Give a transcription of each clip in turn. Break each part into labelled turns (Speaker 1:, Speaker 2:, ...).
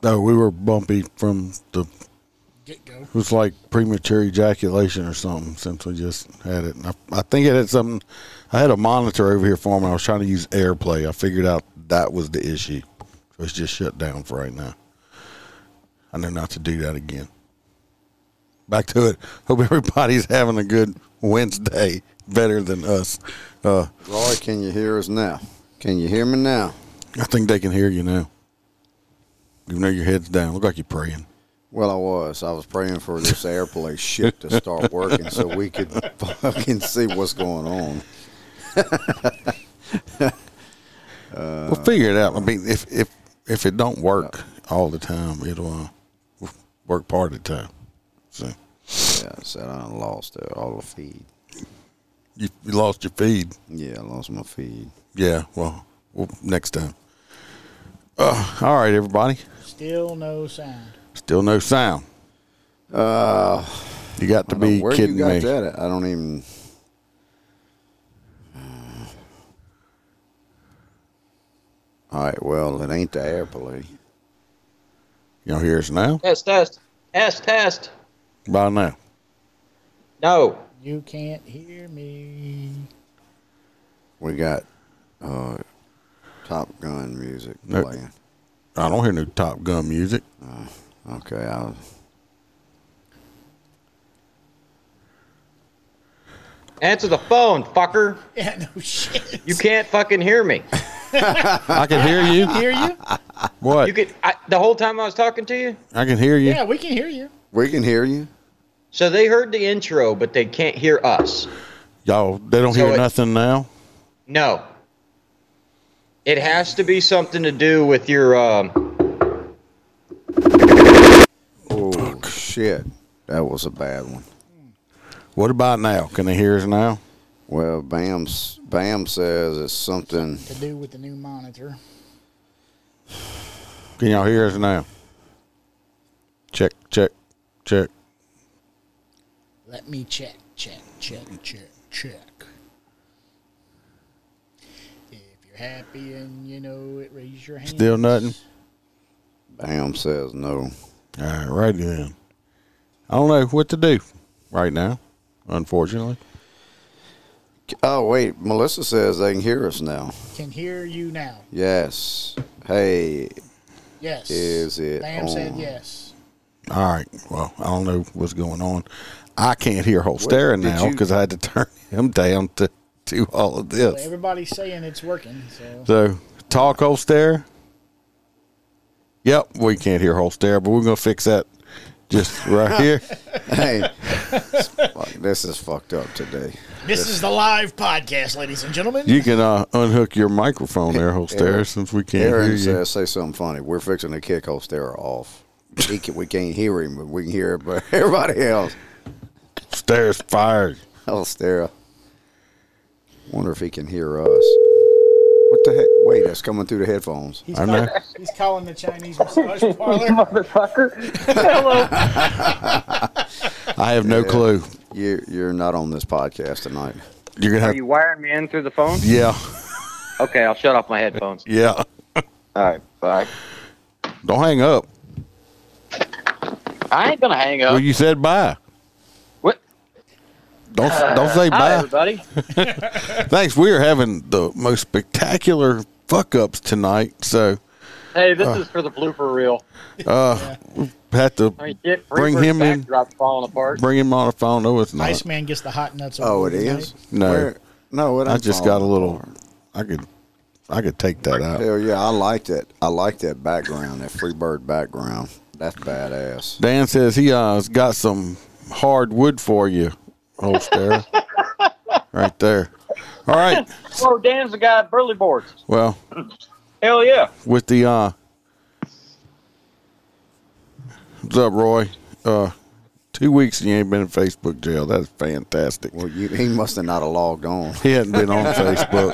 Speaker 1: No, we were bumpy from the.
Speaker 2: Get go.
Speaker 1: It was like premature ejaculation or something since we just had it. And I, I think it had something. I had a monitor over here for me. I was trying to use AirPlay. I figured out that was the issue. So it's just shut down for right now. I know not to do that again. Back to it. Hope everybody's having a good Wednesday. Better than us. Uh,
Speaker 3: Roy, can you hear us now? Can you hear me now?
Speaker 1: I think they can hear you now. Even though your head's down, look like you're praying.
Speaker 3: Well, I was. I was praying for this airplane ship to start working so we could fucking see what's going on.
Speaker 1: we'll figure it out. I mean, if if if it don't work all the time, it'll uh, work part of the time. So
Speaker 3: Yeah, I said I done lost it, all the feed.
Speaker 1: you, you lost your feed.
Speaker 3: Yeah, I lost my feed.
Speaker 1: Yeah. Well, well next time. Uh, all right, everybody.
Speaker 2: Still no sound.
Speaker 1: Still no sound. Uh, you got to
Speaker 3: I don't-
Speaker 1: be
Speaker 3: where
Speaker 1: kidding
Speaker 3: you got
Speaker 1: me.
Speaker 3: that at? I don't even. uh, All right, well, it ain't the airplane.
Speaker 1: Y'all hear us now?
Speaker 4: Test, test, test, test.
Speaker 1: By now.
Speaker 4: No.
Speaker 2: You can't hear me.
Speaker 3: We got uh, Top Gun music
Speaker 1: Nope.
Speaker 3: playing.
Speaker 1: I don't hear no Top Gun music.
Speaker 3: Okay, I'll.
Speaker 4: Answer the phone, fucker.
Speaker 2: Yeah, no shit.
Speaker 4: You can't fucking hear me.
Speaker 1: I can hear you.
Speaker 2: Hear you?
Speaker 1: What?
Speaker 4: You could I, the whole time I was talking to you.
Speaker 1: I can hear you.
Speaker 2: Yeah, we can hear you.
Speaker 3: We can hear you.
Speaker 4: So they heard the intro, but they can't hear us.
Speaker 1: Y'all, they don't
Speaker 4: So
Speaker 1: hear
Speaker 4: it-
Speaker 1: nothing now.
Speaker 4: No. It has to be something to do with your. Um,
Speaker 3: Oh shit, that was a bad one.
Speaker 1: What about now? Can they hear us now?
Speaker 3: Well, Bam, s- Bam says it's something.
Speaker 2: To do with the new monitor.
Speaker 1: Can y'all hear us now? Check, check, check.
Speaker 2: Let me check, check, check, check, check. If you're happy and you know it, raise your hand.
Speaker 1: Still nothing.
Speaker 3: Bam says no.
Speaker 1: All right, righty then. I don't know what to do right now, unfortunately.
Speaker 3: Oh wait, Melissa says they can hear us now.
Speaker 2: Can hear you now.
Speaker 3: Yes. Hey,
Speaker 2: Yes.
Speaker 3: Is it
Speaker 2: Bam said
Speaker 3: on?
Speaker 2: yes.
Speaker 1: All right. Well, I don't know what's going on. I can't hear Holstera
Speaker 3: What did
Speaker 1: now
Speaker 3: you-
Speaker 1: because I had to turn him down to do all of
Speaker 2: Well,
Speaker 1: this.
Speaker 2: everybody's saying it's working, so
Speaker 1: So, talk Holstera. Yep, we can't hear Holstera, but we're going to fix that just right here.
Speaker 3: hey, Fuck, this is fucked up today.
Speaker 2: this is the live podcast, ladies and gentlemen.
Speaker 1: You can uh, unhook your microphone there, Holstera,
Speaker 3: Aaron-
Speaker 1: since we can't hear
Speaker 3: Aaron
Speaker 1: you.
Speaker 3: says, "Say something funny." We're fixing to kick Ostera off. He can, we can't hear him, but we can hear but everybody else.
Speaker 1: Stairs fired.
Speaker 3: Ostera. Wonder if he can hear us. What the heck? Wait, that's coming through the headphones.
Speaker 2: He's,
Speaker 1: I
Speaker 2: calling,
Speaker 1: know.
Speaker 2: he's calling the Chinese massage parlor.
Speaker 4: Motherfucker. Hello.
Speaker 1: I have no clue.
Speaker 3: You you're not on this podcast tonight.
Speaker 1: You're gonna
Speaker 4: Are
Speaker 1: have
Speaker 4: you wiring me in through the phone?
Speaker 1: yeah,
Speaker 4: Okay, I'll shut off my headphones.
Speaker 1: yeah.
Speaker 4: All right, bye.
Speaker 1: Don't hang up.
Speaker 4: I ain't gonna hang
Speaker 1: Well,
Speaker 4: up.
Speaker 1: you said bye.
Speaker 4: What?
Speaker 1: Don't don't say
Speaker 4: Hi,
Speaker 1: bye.
Speaker 4: everybody.
Speaker 1: Thanks. We are having the most spectacular fuck ups tonight, so
Speaker 4: Hey, this
Speaker 1: uh,
Speaker 4: is for the blooper reel.
Speaker 1: have to
Speaker 4: I mean, get
Speaker 1: Bring
Speaker 4: Reaper's
Speaker 1: him in.
Speaker 4: backdrop's falling apart.
Speaker 1: bring him on the phone. No, it's not.
Speaker 2: Iceman gets the hot nuts.
Speaker 3: Uh-huh. Oh,
Speaker 2: over
Speaker 3: it
Speaker 2: tonight.
Speaker 3: is.
Speaker 1: No.
Speaker 3: no, it.
Speaker 1: I
Speaker 3: ain't
Speaker 1: just got a
Speaker 3: falling
Speaker 1: little.
Speaker 3: apart.
Speaker 1: I could I could take that out.
Speaker 3: Hell yeah, I liked it. I like that background, that Freebird background. That's badass.
Speaker 1: Dan says he uh's got some hard wood for you, Holster. right there. All right.
Speaker 4: Oh, Dan's the guy at Burley Boards.
Speaker 1: Well,
Speaker 4: Hell yeah.
Speaker 1: with the uh What's up, Roy? Uh, two weeks and you ain't been in Facebook jail. That's fantastic.
Speaker 3: Well, you, he must have not have logged on.
Speaker 1: He hadn't been on Facebook.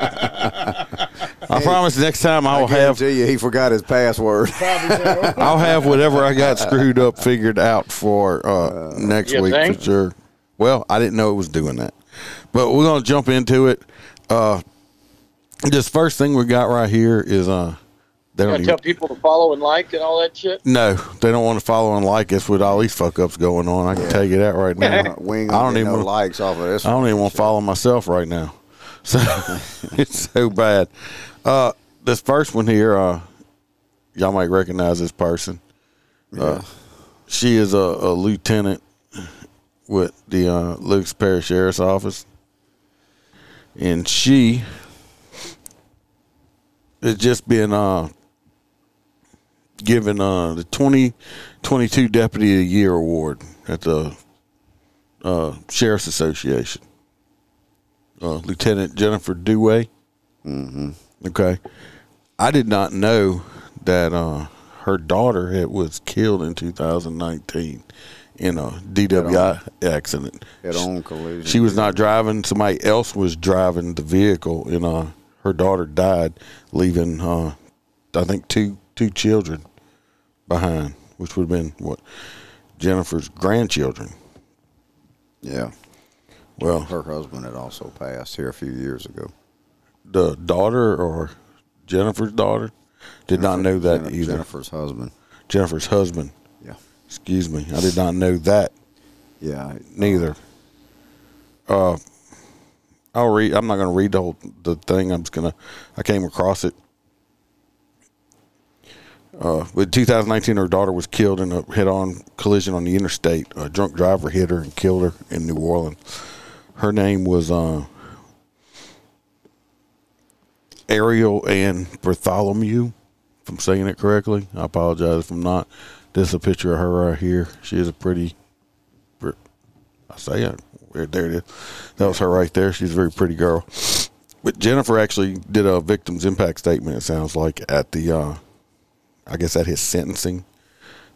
Speaker 1: I promise next time I
Speaker 3: I
Speaker 1: will have
Speaker 3: guarantee you, he forgot his password.
Speaker 2: Probably so.
Speaker 1: I'll have whatever I got screwed up figured out for uh, next
Speaker 4: You
Speaker 1: week
Speaker 4: think?
Speaker 1: for sure. Well, I didn't know it was doing that, but we're gonna jump into it. Uh, this first thing we got right here is uh, they
Speaker 4: You
Speaker 1: don't
Speaker 4: gotta
Speaker 1: even,
Speaker 4: tell people to follow and like and all that shit.
Speaker 1: no, they don't want to follow and like us with all these fuck ups going on. I can tell you that right now.
Speaker 3: we ain't
Speaker 1: I
Speaker 3: gonna
Speaker 1: don't
Speaker 3: get
Speaker 1: even
Speaker 3: no
Speaker 1: wanna-
Speaker 3: likes off of this.
Speaker 1: I don't even want to follow myself right now. So it's so bad. Uh, this first one here, uh, y'all might recognize this person. Uh, she is a, a lieutenant with the uh, Lucas Parish Sheriff's Office, and she has just been uh, given uh, the twenty twenty two Deputy of the Year award at the uh, Sheriff's Association. Uh, Lieutenant Jennifer Dewey. Mm-hmm. Okay, I did not know that uh, her daughter had, was killed in 2019 in a DWI accident.
Speaker 3: Head on collision.
Speaker 1: She was not driving; somebody else was driving the vehicle, and uh, her daughter died, leaving uh, I think two two children behind, which would have been what Jennifer's grandchildren.
Speaker 3: yeah,
Speaker 1: Well,
Speaker 3: her husband had also passed here a few years ago.
Speaker 1: the daughter or Jennifer's daughter. Did not know that
Speaker 3: Jen-
Speaker 1: either.
Speaker 3: Jennifer's husband.
Speaker 1: Jennifer's husband.
Speaker 3: Yeah,
Speaker 1: Excuse me. I did not know that
Speaker 3: yeah.
Speaker 1: neither. Uh, I'll read. I'm not going to read the whole the thing. I'm just gonna. I came across it. Uh, in 2019, her daughter was killed in a head-on collision on the interstate. A drunk driver hit her and killed her in New Orleans. Her name was uh, Ariel Ann Bartholomew, if I'm saying it correctly. I apologize if I'm not. This is a picture of her right here. She is a pretty, pre- I say it. Where- There it is. That was her right there. She's a very pretty girl. But Jennifer actually did a victim's impact statement, it sounds like, at the, uh, I guess at his sentencing.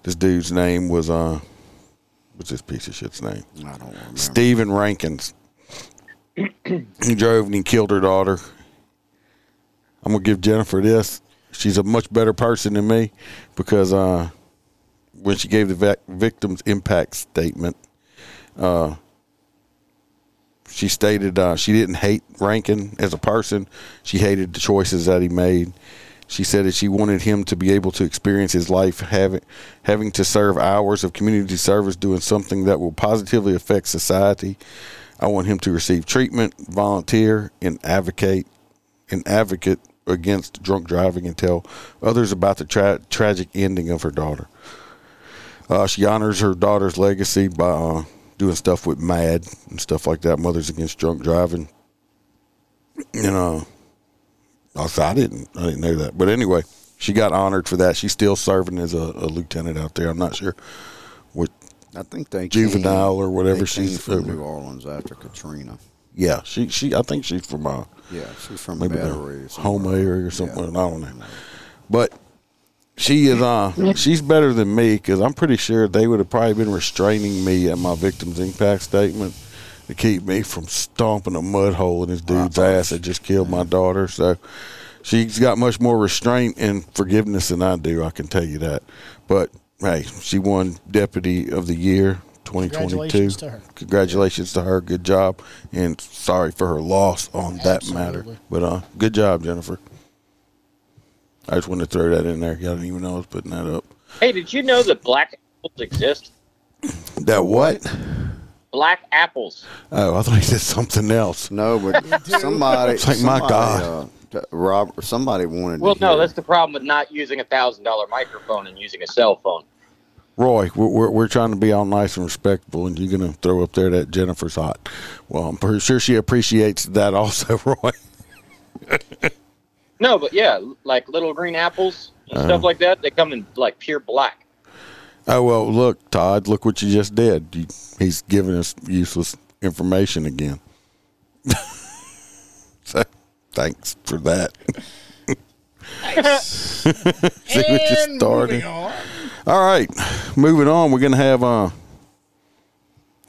Speaker 1: This dude's name was, uh, what's this piece of shit's name?
Speaker 3: I don't remember.
Speaker 1: Stephen Rankins. he drove and he killed her daughter. I'm gonna give Jennifer this. She's a much better person than me because uh, when she gave the vac- victim's impact statement, uh, she stated uh, she didn't hate Rankin as a person. She hated the choices that he made. She said that she wanted him to be able to experience his life having having to serve hours of community service, doing something that will positively affect society. I want him to receive treatment, volunteer, and advocate an advocate against drunk driving and tell others about the tra- tragic ending of her daughter. Uh, she honors her daughter's legacy by uh, doing stuff with MAD and stuff like that, Mothers Against Drunk Driving. You know, I said, I didn't, I didn't know that. But anyway, she got honored for that. She's still serving as a, a lieutenant out there. I'm not sure what.
Speaker 3: I think they
Speaker 1: Juvenile
Speaker 3: came-
Speaker 1: or whatever
Speaker 3: they
Speaker 1: she's-
Speaker 3: came from New Orleans after Katrina.
Speaker 1: Yeah, she she. I think she's from uh,
Speaker 3: Yeah, she's from
Speaker 1: maybe the
Speaker 3: Battery. or somewhere.
Speaker 1: home area or something.
Speaker 3: Yeah.
Speaker 1: I don't know. But she is uh she's better than me because I'm pretty sure they would have probably been restraining me at my victim's impact statement to keep me from stomping a mud hole in this dude's ass that just killed my daughter. So she's got much more restraint and forgiveness than I do. I can tell you that. But hey, she won Deputy of the Year. 2022.
Speaker 2: Congratulations to her.
Speaker 1: Congratulations to her. Good job, and sorry for her loss on that matter.
Speaker 2: Absolutely.
Speaker 1: But uh, good job, Jennifer. I just wanted to throw that in there. Y'all didn't even know I was putting that up.
Speaker 4: Hey, did you know that black apples exist?
Speaker 1: That what?
Speaker 4: Black apples.
Speaker 1: Oh, I thought he said something else.
Speaker 3: No, but somebody.
Speaker 1: It's like, my
Speaker 3: somebody,
Speaker 1: God.
Speaker 3: uh, t- Rob, somebody wanted.
Speaker 4: Well,
Speaker 3: to
Speaker 4: no,
Speaker 3: hear-
Speaker 4: that's the problem with not using a thousand dollar microphone and using a cell phone.
Speaker 1: Roy, we're, we're, we're trying to be all nice and respectful, and you're going to throw up there that Jennifer's hot. Well, I'm pretty sure she appreciates that also, Roy.
Speaker 4: No, but yeah, like little green apples and
Speaker 1: Uh-huh.
Speaker 4: stuff like that. They come in like pure black.
Speaker 1: Oh, well, look, Todd, look what you just did. You, he's giving us useless information again. so, thanks for that. See what you
Speaker 2: And
Speaker 1: started.
Speaker 2: moving on.
Speaker 1: All right, moving on. We're going to have uh,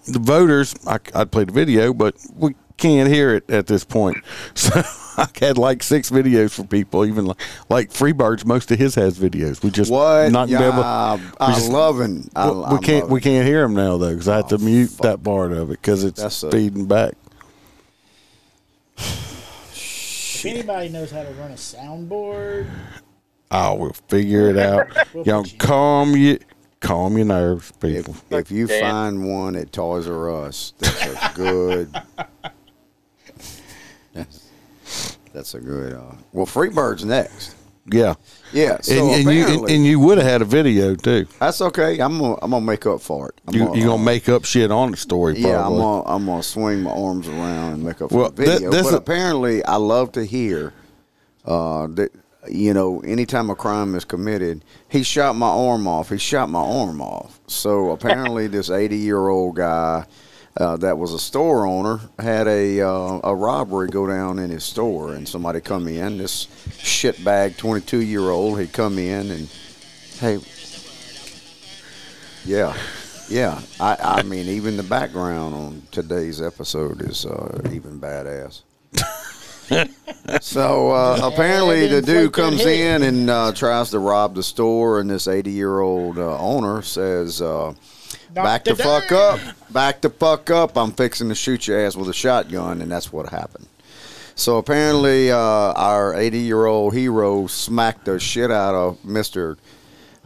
Speaker 1: the voters. I, I'd play the video, but we can't hear it at this point. So I had like six videos for people, even like, like Freebirds. Most of his has videos. We just
Speaker 3: What?
Speaker 1: not
Speaker 3: yeah,
Speaker 1: been able.
Speaker 3: I,
Speaker 1: we
Speaker 3: I
Speaker 1: just-
Speaker 3: love him. I,
Speaker 1: we, we can't we can't hear him now though because I had to mute that part of it because it's
Speaker 3: That's a-
Speaker 1: feeding back.
Speaker 2: If anybody knows how to run a soundboard,
Speaker 1: I will figure it out. Y'all
Speaker 2: put you-
Speaker 1: calm you calm your nerves, people.
Speaker 3: If, if you
Speaker 4: Dan.
Speaker 3: find one at Toys R Us, that's a good. that's, that's a good. Uh, well, Freebird's next.
Speaker 1: Yeah,
Speaker 3: Yeah. So
Speaker 1: and, and you and,
Speaker 3: apparently-
Speaker 1: and you would have had a video too.
Speaker 3: that's okay. I'm gonna, I'm gonna make up for it. I'm
Speaker 1: You you gonna
Speaker 3: uh,
Speaker 1: make up shit on the story? Probably.
Speaker 3: Yeah, I'm gonna, I'm gonna swing my arms around and make up
Speaker 1: Well,
Speaker 3: for the
Speaker 1: thi-
Speaker 3: video.
Speaker 1: this
Speaker 3: but
Speaker 1: is-
Speaker 3: apparently, I love to hear uh, that you know anytime a crime is committed, he shot my arm off. He shot my arm off. So apparently, this 80 year old guy uh, that was a store owner had a uh, a robbery go down in his store, and somebody come in. This shitbag 22 year old had come in and hey, yeah, yeah. I, I mean, even the background on today's episode is uh, even badass. so uh, apparently, the dude comes in and uh, tries to rob the store, and this 80 year old uh, owner says, uh, Back the
Speaker 2: Knock the
Speaker 3: fuck
Speaker 2: door.
Speaker 3: up. Back the fuck up. I'm fixing to shoot your ass with a shotgun. And that's what happened. So apparently, uh, our 80 year old hero smacked the shit out of Mr.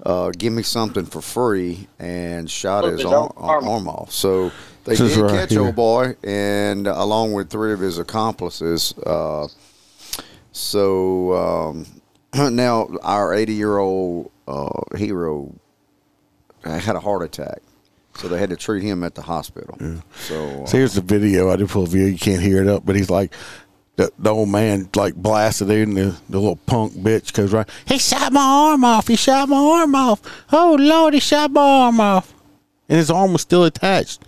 Speaker 3: Uh, give me something for free and shot his arm, arm off. So they
Speaker 1: This is
Speaker 3: did
Speaker 1: right
Speaker 3: catch
Speaker 1: here.
Speaker 3: old boy, and along with three of his accomplices. Uh, so um, now our 80 year old uh, hero had a heart attack. So they had to treat him at the hospital. So, uh,
Speaker 1: So here's the video. I did pull a video. You can't hear it up, but he's like, the, the old man like blasted it, and the, the little punk bitch goes right. He shot my arm off. He shot my arm off. Oh Lord, he shot my arm off, and his arm was still attached.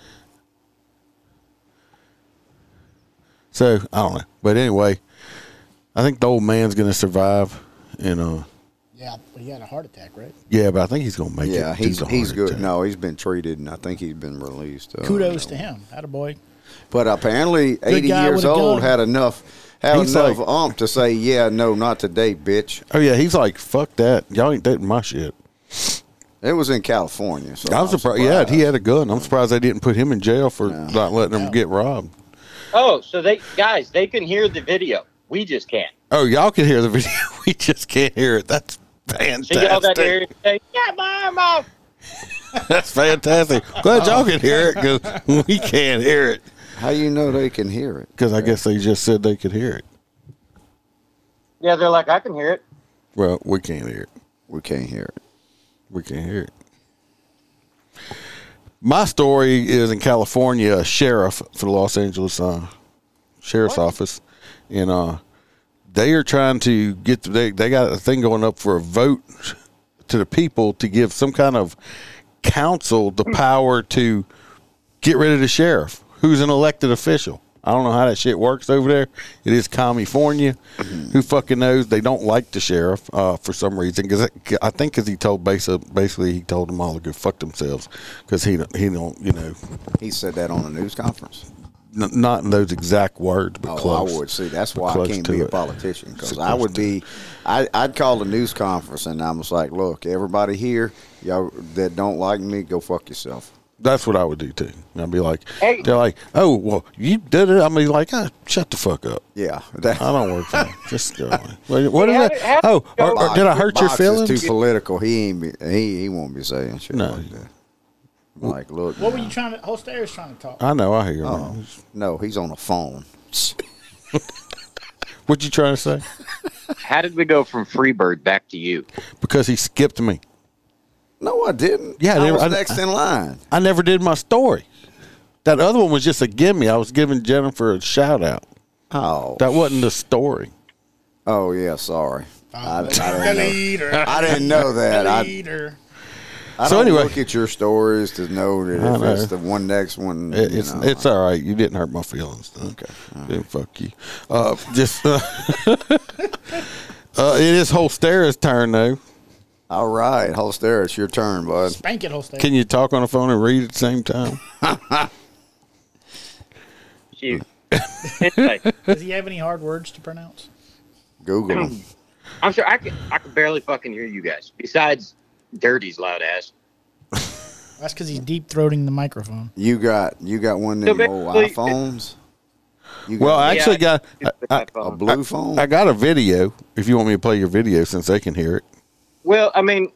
Speaker 1: So I don't know, but anyway, I think the old man's gonna survive, and uh,
Speaker 2: yeah, but he had a heart attack, right?
Speaker 1: yeah, but I think he's gonna make it.
Speaker 3: yeah,
Speaker 1: through
Speaker 3: he's
Speaker 1: the
Speaker 3: he's
Speaker 1: heart
Speaker 3: good.
Speaker 1: attack.
Speaker 3: No, he's been treated, and I think he's been released. Uh,
Speaker 2: Kudos to him. Attaboy. boy.
Speaker 3: But apparently, eighty
Speaker 2: guy
Speaker 3: years
Speaker 2: with a
Speaker 3: old
Speaker 2: gun.
Speaker 3: had enough had
Speaker 1: He's
Speaker 3: enough
Speaker 1: like-
Speaker 3: ump to say, "Yeah, no, not today, bitch."
Speaker 1: Oh yeah, he's like fuck that. Y'all ain't dating my shit.
Speaker 3: It was in California. So
Speaker 1: I'm surprised. Yeah, he had a gun. I'm surprised they didn't put him in jail for not letting him get robbed.
Speaker 4: Oh, so they guys, they can hear the video. We just can't.
Speaker 1: Oh, y'all can hear the video. We just can't hear it. That's
Speaker 4: So y'all got to hear
Speaker 1: fantastic.
Speaker 4: it say, "Yeah, my arm off."
Speaker 1: That's fantastic. Glad y'all can hear it because we can't hear it.
Speaker 3: How you know they can hear it?
Speaker 1: Because I guess they just said they could hear it.
Speaker 4: Yeah, they're like, "I can hear it."
Speaker 1: Well, we can't hear it.
Speaker 3: We can't hear it.
Speaker 1: We can't hear it. My story is in California. A sheriff for the Los Angeles uh, sheriff's office, and uh, they are trying to get the, they they got a thing going up for a vote to the people to give some kind of council the power to get rid of the sheriff, who's an elected official. I don't know how that shit works over there. It is California. Who fucking knows? They don't like the sheriff uh, for some reason. Because I think because he told basically, basically he told them all to go fuck themselves. Because he don't- he don't you know
Speaker 3: He said that on a news conference.
Speaker 1: n- not in those exact words, but
Speaker 3: Oh,
Speaker 1: close.
Speaker 3: I would see. That's why I
Speaker 1: Close
Speaker 3: can't
Speaker 1: to
Speaker 3: be a
Speaker 1: it.
Speaker 3: politician because
Speaker 1: So
Speaker 3: I
Speaker 1: close
Speaker 3: would
Speaker 1: to
Speaker 3: be. I, I'd call a news conference and I was like, "Look, everybody here, y'all that don't like me, go fuck yourself."
Speaker 1: That's what I would do too. And I'd be like,
Speaker 4: Hey.
Speaker 1: they're like, oh well, you did it. I'm like, ah, shut the fuck up.
Speaker 3: Yeah, that,
Speaker 1: I don't work for them. Just go. away. Wait, What
Speaker 4: Hey,
Speaker 1: is
Speaker 4: how did- how
Speaker 1: that?
Speaker 4: did
Speaker 1: Oh,
Speaker 4: you
Speaker 1: or,
Speaker 4: go-
Speaker 1: or did I hurt your
Speaker 3: Box is
Speaker 1: feelings?
Speaker 3: Too political. He ain't. Be, he he won't be saying shit
Speaker 1: No.
Speaker 3: like that. Like, look.
Speaker 2: What were you trying to? Holstairs trying to talk.
Speaker 1: I know. I hear. you.
Speaker 3: Oh. No, he's on a phone.
Speaker 1: What you trying to say?
Speaker 4: How did we go from Freebird back to you?
Speaker 1: Because he skipped me.
Speaker 3: No, I didn't.
Speaker 1: Yeah,
Speaker 3: I
Speaker 1: they-
Speaker 3: was
Speaker 1: I-
Speaker 3: next in line.
Speaker 1: I never did my story. That other one was just a gimme. I was giving Jennifer a shout out.
Speaker 3: Oh,
Speaker 1: That wasn't the story.
Speaker 3: oh yeah. Sorry,
Speaker 2: Oh,
Speaker 3: I, I
Speaker 2: the
Speaker 3: didn't know.
Speaker 2: leader.
Speaker 3: I didn't know that.
Speaker 2: The
Speaker 3: I,
Speaker 2: leader.
Speaker 3: I
Speaker 1: So
Speaker 3: don't
Speaker 1: anyway.
Speaker 3: look at your stories to know that if
Speaker 1: know.
Speaker 3: it's the one next one.
Speaker 1: It-
Speaker 3: you
Speaker 1: it's
Speaker 3: know,
Speaker 1: it's all right. You didn't hurt my feelings. Okay, didn't fuck you. Uh, just uh, uh, it is Holstera's turn though.
Speaker 3: All right, Holster, it's your turn, bud.
Speaker 2: Spank it, Holstein.
Speaker 1: Can you talk on the phone and read at the same time?
Speaker 5: Shoot. Anyway,
Speaker 2: Does he have any hard words to pronounce?
Speaker 3: Google 'em.
Speaker 5: I'm sure I can. I can barely fucking hear you guys. Besides, Dirty's loud ass.
Speaker 2: That's because he's deep throating the microphone.
Speaker 3: You got you got one of
Speaker 5: So
Speaker 3: them old
Speaker 5: basically-
Speaker 3: iPhones. You got
Speaker 1: Well, I actually
Speaker 5: Yeah,
Speaker 1: got I, I,
Speaker 3: a blue phone.
Speaker 1: I got a video. If you want me to play your video, since they can hear it,
Speaker 5: Well, I mean,
Speaker 1: you,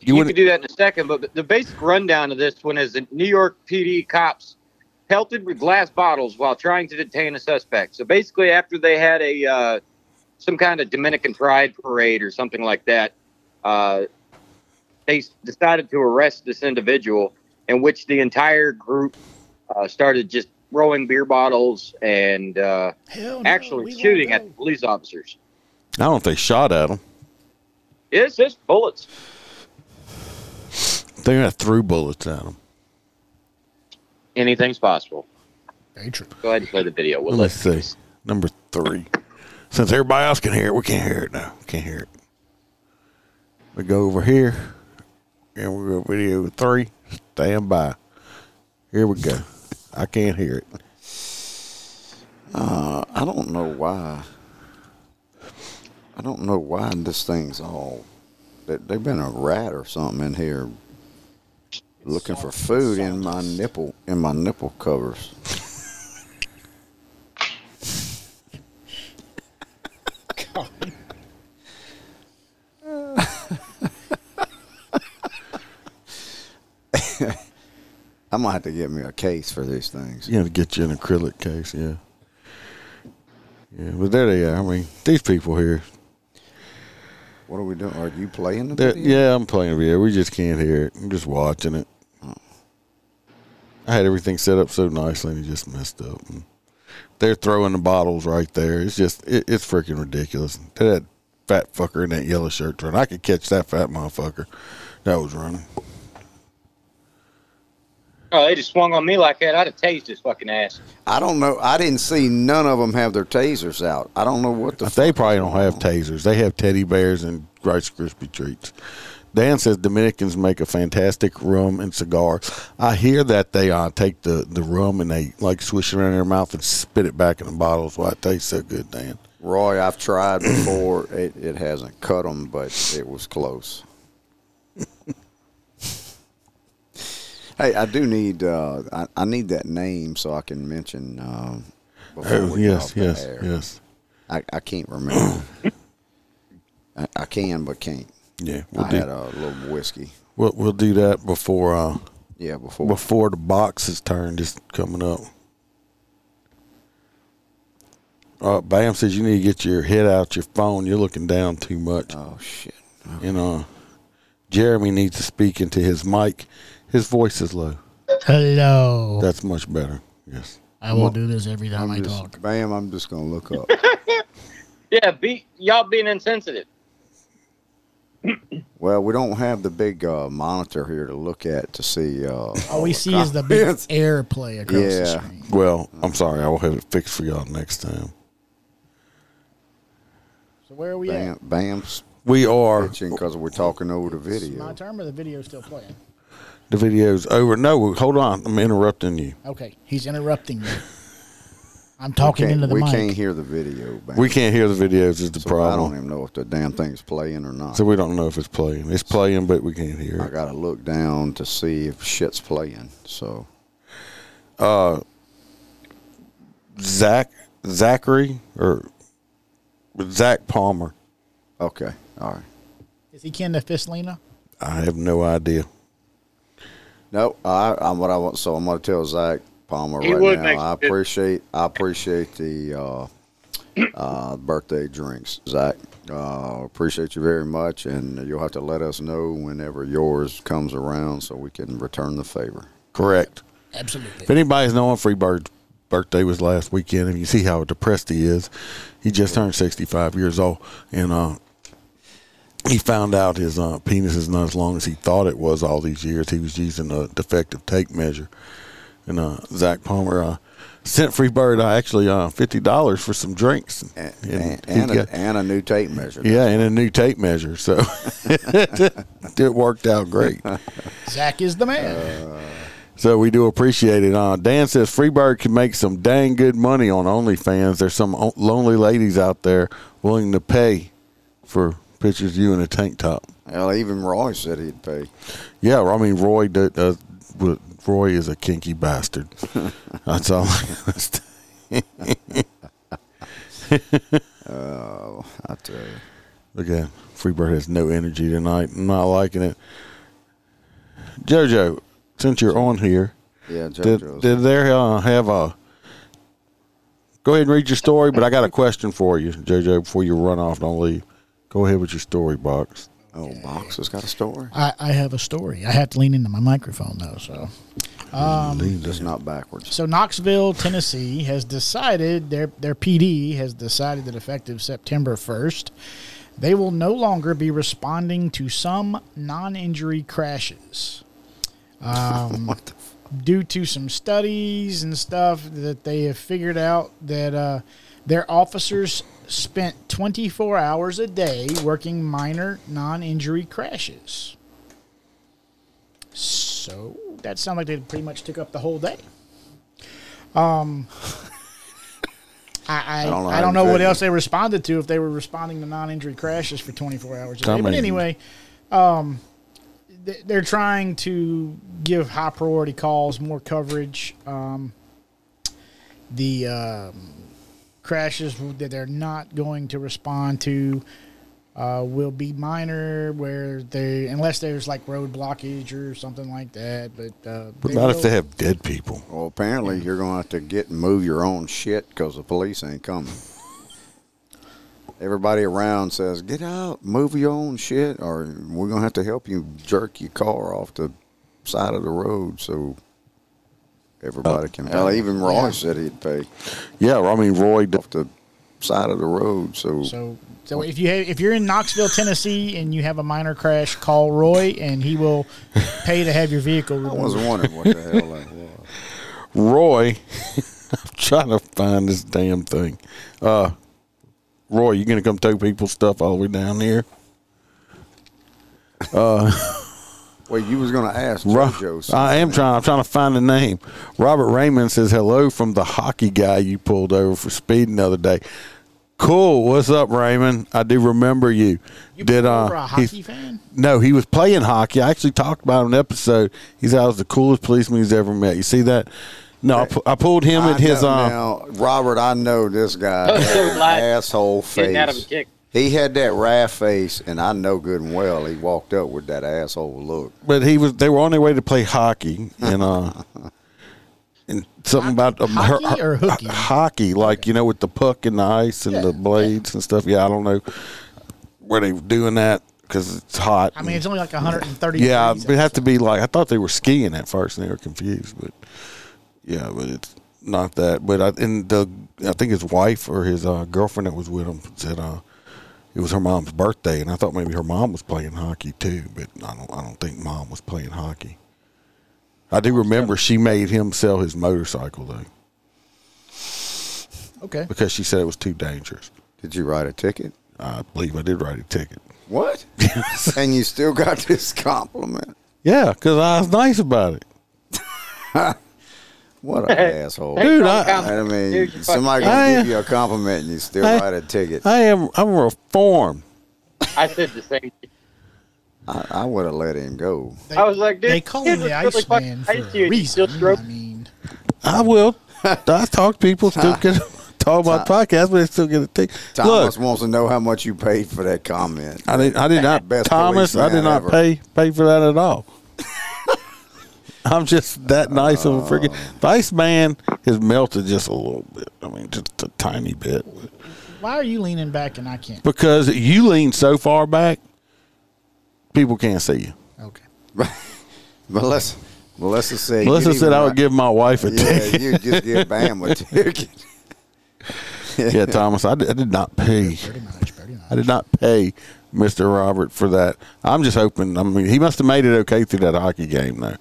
Speaker 5: you,
Speaker 1: wouldn't.
Speaker 5: could do that in a second, but the basic rundown of this one is that New York PD cops pelted with glass bottles while trying to detain a suspect. So basically, after they had a uh, some kind of Dominican Pride parade or something like that, uh, they s- decided to arrest this individual, in which the entire group uh, started just throwing beer bottles and uh,
Speaker 2: Hell Oh, no, we
Speaker 5: actually
Speaker 2: won't
Speaker 5: shooting
Speaker 2: go.
Speaker 5: at the police officers.
Speaker 1: I don't think they shot at him.
Speaker 5: It's just bullets.
Speaker 1: They might have threw bullets at him.
Speaker 5: Anything's possible.
Speaker 2: Very true.
Speaker 5: Go ahead and play the video. We'll
Speaker 1: Let's
Speaker 5: listen to
Speaker 1: see.
Speaker 5: this.
Speaker 1: Number three. Since everybody else can hear it, we can't hear it now. Can't hear it. We go over here, and we go video three. Stand by. Here we go. I can't hear it.
Speaker 3: I don't know why. I don't know why this thing's all. They, they've been a rat or something in here, looking for food in my nipple in my nipple covers. I'm gonna have to get me a case for these things.
Speaker 1: You got to get you an acrylic case, yeah. Yeah, but there they are. I mean, these people here.
Speaker 3: What are we doing? Are you playing the
Speaker 1: they're-
Speaker 3: video?
Speaker 1: Yeah, I'm playing video. We just can't hear it. I'm just watching it. I had everything set up so nicely, and it just messed up. And they're throwing the bottles right there. It's just, it, it's freaking ridiculous. That fat fucker in that yellow shirt run. I could catch that fat motherfucker. That was running.
Speaker 5: Oh, they just swung on me like that. I'd have tased his fucking ass.
Speaker 3: I don't know. I didn't see none of them have their tasers out. I don't know what the. F-
Speaker 1: They probably don't have tasers. They have teddy bears and Rice Krispie treats. Dan says Dominicans make a fantastic rum and cigar. I hear that they uh, take the, the rum and they like swish it around in their mouth and spit it back in the bottles. Why it tastes so good, Dan?
Speaker 3: Roy, I've tried before. it, it hasn't cut them, but it was close. hey, I do need. Uh, I, I need that name so I can mention. Uh, before
Speaker 1: Oh,
Speaker 3: we get
Speaker 1: yes,
Speaker 3: off the
Speaker 1: yes,
Speaker 3: air.
Speaker 1: yes.
Speaker 3: I, I can't remember. I, I can, but can't.
Speaker 1: Yeah, we'll
Speaker 3: I
Speaker 1: do
Speaker 3: had a little whiskey.
Speaker 1: we'll, we'll do that before uh,
Speaker 3: Yeah, before.
Speaker 1: before the box is turned is coming up. Uh, Bam says you need to get your head out your phone. You're looking down too much.
Speaker 3: Oh shit.
Speaker 1: you know, Jeremy needs to speak into his mic. His voice is low.
Speaker 2: Hello.
Speaker 1: That's much better. Yes.
Speaker 2: I will do this every time I
Speaker 3: Just-
Speaker 2: talk.
Speaker 3: Bam! I'm just gonna look up.
Speaker 5: Yeah, be y'all being insensitive.
Speaker 3: Well, we don't have the big uh, monitor here to look at to see. Uh,
Speaker 2: All we see is the big
Speaker 3: Yes.
Speaker 2: airplay across the
Speaker 3: Yeah.
Speaker 2: screen.
Speaker 1: Well, I'm sorry. I will have it fixed for y'all next time.
Speaker 2: So where are we
Speaker 3: Bam,
Speaker 2: at?
Speaker 3: Bam's
Speaker 1: We are.
Speaker 3: because we're talking over the
Speaker 2: It's my
Speaker 3: video.
Speaker 2: turn, or the video's still playing.
Speaker 1: The video's over. No, hold on. I'm interrupting you.
Speaker 2: Okay, he's interrupting me. I'm talking
Speaker 3: Can't-
Speaker 2: into the
Speaker 3: we
Speaker 2: mic.
Speaker 3: can't hear the video. Bam.
Speaker 1: We can't hear the videos, is the
Speaker 3: So I don't
Speaker 1: problem.
Speaker 3: even know if the damn thing's playing or not.
Speaker 1: So we don't know if it's playing. It's playing, but we can't hear
Speaker 3: I
Speaker 1: it.
Speaker 3: gotta look down to see if shit's playing. So
Speaker 1: Zach, Zachary, or Zach Palmer.
Speaker 3: okay, all right.
Speaker 2: Is he kin to Fistlina?
Speaker 1: I have no idea.
Speaker 3: No, I, I'm what I want. So I'm gonna tell Zach Palmer
Speaker 5: He
Speaker 3: right
Speaker 5: would
Speaker 3: now.
Speaker 5: make-
Speaker 3: I appreciate. I appreciate the uh, uh, birthday drinks, Zach. Uh, appreciate you very much, and you'll have to let us know whenever yours comes around so we can return the favor.
Speaker 1: Correct.
Speaker 2: Absolutely.
Speaker 1: If anybody's knowing Freebird's birthday was last weekend, and you see how depressed he is, he just turned 65 years old, and uh, he found out his uh, penis is not as long as he thought it was all these years. He was using a defective tape measure, and uh, Zach Palmer uh, sent Free Bird uh, actually uh, fifty dollars for some drinks.
Speaker 3: and,
Speaker 1: And
Speaker 3: and,
Speaker 1: he
Speaker 3: and, a,
Speaker 1: got-
Speaker 3: and a new tape measure.
Speaker 1: yeah, and a new tape measure. So it worked out great.
Speaker 2: Zach is the man.
Speaker 1: So we do appreciate it. Uh, Dan says Freebird can make some dang good money on OnlyFans. There's some o- lonely ladies out there willing to pay for pictures of you in a tank top.
Speaker 3: Hell, even Roy said he'd pay.
Speaker 1: Yeah, I mean Roy. do- Uh, w- Roy is a kinky bastard. That's all. I
Speaker 3: Uh, I tell you.
Speaker 1: Again, Freebird has no energy tonight. I'm not liking it. JoJo, since you're on here,
Speaker 3: Yeah,
Speaker 1: did,
Speaker 3: JoJo's.
Speaker 1: did there uh, have a? Go ahead and read your story, but I got a question for you, JoJo. Before you run off, don't leave. Go ahead with your story box.
Speaker 3: oh, Box has got a story.
Speaker 2: I, I have a story. I have to lean into my microphone though, so.
Speaker 3: Just not backwards.
Speaker 2: So Knoxville, Tennessee has decided their their PD has decided that effective September 1st, they will no longer be responding to some non-injury crashes.
Speaker 1: Oh
Speaker 2: Um, due to some studies and stuff that they have figured out that uh, their officers spent 24 hours a day working minor non-injury crashes. So that sounds like they pretty much took up the whole day. Um, I, I, I
Speaker 3: don't
Speaker 2: don't
Speaker 3: know
Speaker 2: know,
Speaker 3: how you
Speaker 2: what
Speaker 3: feel.
Speaker 2: else they responded to if they were responding to non-injury crashes for 24 hours a day.
Speaker 1: I
Speaker 2: but
Speaker 1: mean-
Speaker 2: anyway, um, th- they're trying to give high priority calls more coverage. Um, the um, crashes that they're not going to respond to uh, will be minor, where they unless there's like road blockage or something like that. But uh,
Speaker 1: But
Speaker 2: they
Speaker 1: not if
Speaker 2: will-
Speaker 1: they have dead people.
Speaker 3: Well, apparently you're going to have to get and move your own shit because the police ain't coming. Everybody around says, get out, move your own shit, or we're going to have to help you jerk your car off the side of the road so everybody can. Hell, even Roy said he'd pay
Speaker 1: Yeah, I mean Roy. d-
Speaker 3: off the side of the road so,
Speaker 2: So, so if you have, if you're in Knoxville, Tennessee, and you have a minor crash, call Roy, and he will pay to have your vehicle
Speaker 3: I
Speaker 2: removed.
Speaker 3: was wondering what the hell that was.
Speaker 1: Roy, I'm trying to find this damn thing. Uh, Roy, you gonna come tow people's stuff all the way down here?
Speaker 3: Wait, you was going to ask
Speaker 1: Ro-
Speaker 3: JoJo. something.
Speaker 1: I am trying. I'm trying to find the name. Robert Raymond says hello from the hockey guy you pulled over for speeding the other day. Cool. What's up, Raymond? I do remember you.
Speaker 2: you
Speaker 1: Did
Speaker 2: pulled
Speaker 1: uh,
Speaker 2: over a
Speaker 1: he-
Speaker 2: hockey fan?
Speaker 1: no, he was playing hockey. I actually talked about it on an episode. He said I was the coolest policeman he's ever met. You see that? No, I, pu- I pulled him
Speaker 3: I
Speaker 1: at his.
Speaker 3: know
Speaker 1: Um,
Speaker 3: now, Robert, I know this guy.
Speaker 5: was so
Speaker 3: had an
Speaker 5: glad
Speaker 3: asshole
Speaker 5: Getting out of a
Speaker 3: face.
Speaker 5: kick.
Speaker 3: He had that wrath face, and I know good and well he walked up with that asshole look.
Speaker 1: but he was. They were on their way to play hockey, and uh, and something about um,
Speaker 2: Hockey or hooky?
Speaker 1: hockey, like you know, with the puck and the ice and
Speaker 2: Yeah,
Speaker 1: the blades and stuff. Yeah, I don't know where they were doing that because it's hot.
Speaker 2: I mean, it's only like 130.
Speaker 1: yeah,
Speaker 2: degrees
Speaker 1: it'd have to be like I thought they were skiing at first and they were confused, but yeah, but it's not that. But I and the I think his wife or his uh, girlfriend that was with him said uh, it was her mom's birthday, and I thought maybe her mom was playing hockey too, but I don't I don't think mom was playing hockey. I do remember she made him sell his motorcycle though
Speaker 2: outside. Okay.
Speaker 1: because she said it was too dangerous.
Speaker 3: Did you write a ticket?
Speaker 1: I believe I did write a ticket.
Speaker 3: What? and you still got this compliment?
Speaker 1: Yeah, because I was nice about it.
Speaker 3: What an asshole.
Speaker 1: Dude, I-
Speaker 3: I mean,
Speaker 5: Dude, you
Speaker 3: somebody
Speaker 1: fucking-
Speaker 3: gonna
Speaker 1: I-
Speaker 3: give you a compliment and you still
Speaker 1: I-
Speaker 3: write a ticket. I,
Speaker 1: I am I'm reformed.
Speaker 5: I said the same. thing.
Speaker 3: I would have let him go.
Speaker 2: They,
Speaker 5: I was like, dude,
Speaker 2: they call
Speaker 5: kid
Speaker 2: him
Speaker 5: was
Speaker 2: the
Speaker 5: really fucking
Speaker 2: Iceman for
Speaker 5: nice to you,
Speaker 2: a
Speaker 5: and you still
Speaker 2: reason.
Speaker 5: drove-
Speaker 2: I mean,
Speaker 1: I will. I talk to people still get talk about podcasts, but they still get a tick.
Speaker 3: Thomas
Speaker 1: Look,
Speaker 3: wants to know how much you paid for that comment.
Speaker 1: I did. I did not.
Speaker 3: Best
Speaker 1: Thomas, I did
Speaker 3: policeman
Speaker 1: not
Speaker 3: ever.
Speaker 1: pay pay for that at all. I'm just that nice of a freaking
Speaker 3: Oh.
Speaker 1: Vice Man is melted just a little bit. I mean, just a tiny bit
Speaker 2: why are you leaning back and I can't?
Speaker 1: because you lean so far back, people can't see you.
Speaker 2: Okay.
Speaker 3: Melissa, Melissa said. you
Speaker 1: Melissa
Speaker 3: didn't
Speaker 1: said I
Speaker 3: write-
Speaker 1: would give my wife a
Speaker 3: Yeah,
Speaker 1: ticket.
Speaker 3: you just give Bam a ticket.
Speaker 1: Yeah, Thomas, I did, I did not pay.
Speaker 2: Pretty much. Pretty much.
Speaker 1: I did not pay Mr. Robert for that. I'm just hoping. I mean, he must have made it okay through that hockey game, though.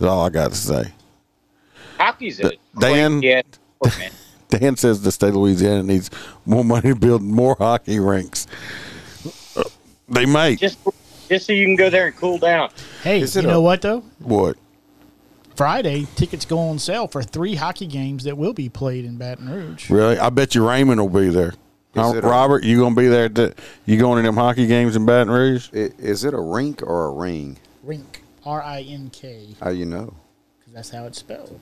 Speaker 1: Is all I got to say.
Speaker 5: Hockey's in it.
Speaker 1: Dan,
Speaker 5: Yeah. Poor man.
Speaker 1: Dan says the state of Louisiana needs more money to build more hockey rinks. Uh, They might.
Speaker 5: Just, just so you can go there and cool down.
Speaker 2: Hey,
Speaker 1: Is
Speaker 2: you
Speaker 1: it
Speaker 2: know
Speaker 1: a-
Speaker 2: what though?
Speaker 1: what?
Speaker 2: Friday tickets go on sale for three hockey games that will be played in Baton Rouge.
Speaker 1: Really? I bet you Raymond will be there. Huh,
Speaker 3: it a-
Speaker 1: Robert, you gonna be there? At the, you going to them hockey games in Baton Rouge?
Speaker 3: I- Is it a rink or a ring?
Speaker 2: Rink, R I N K,
Speaker 3: How you know?
Speaker 2: because that's how it's spelled.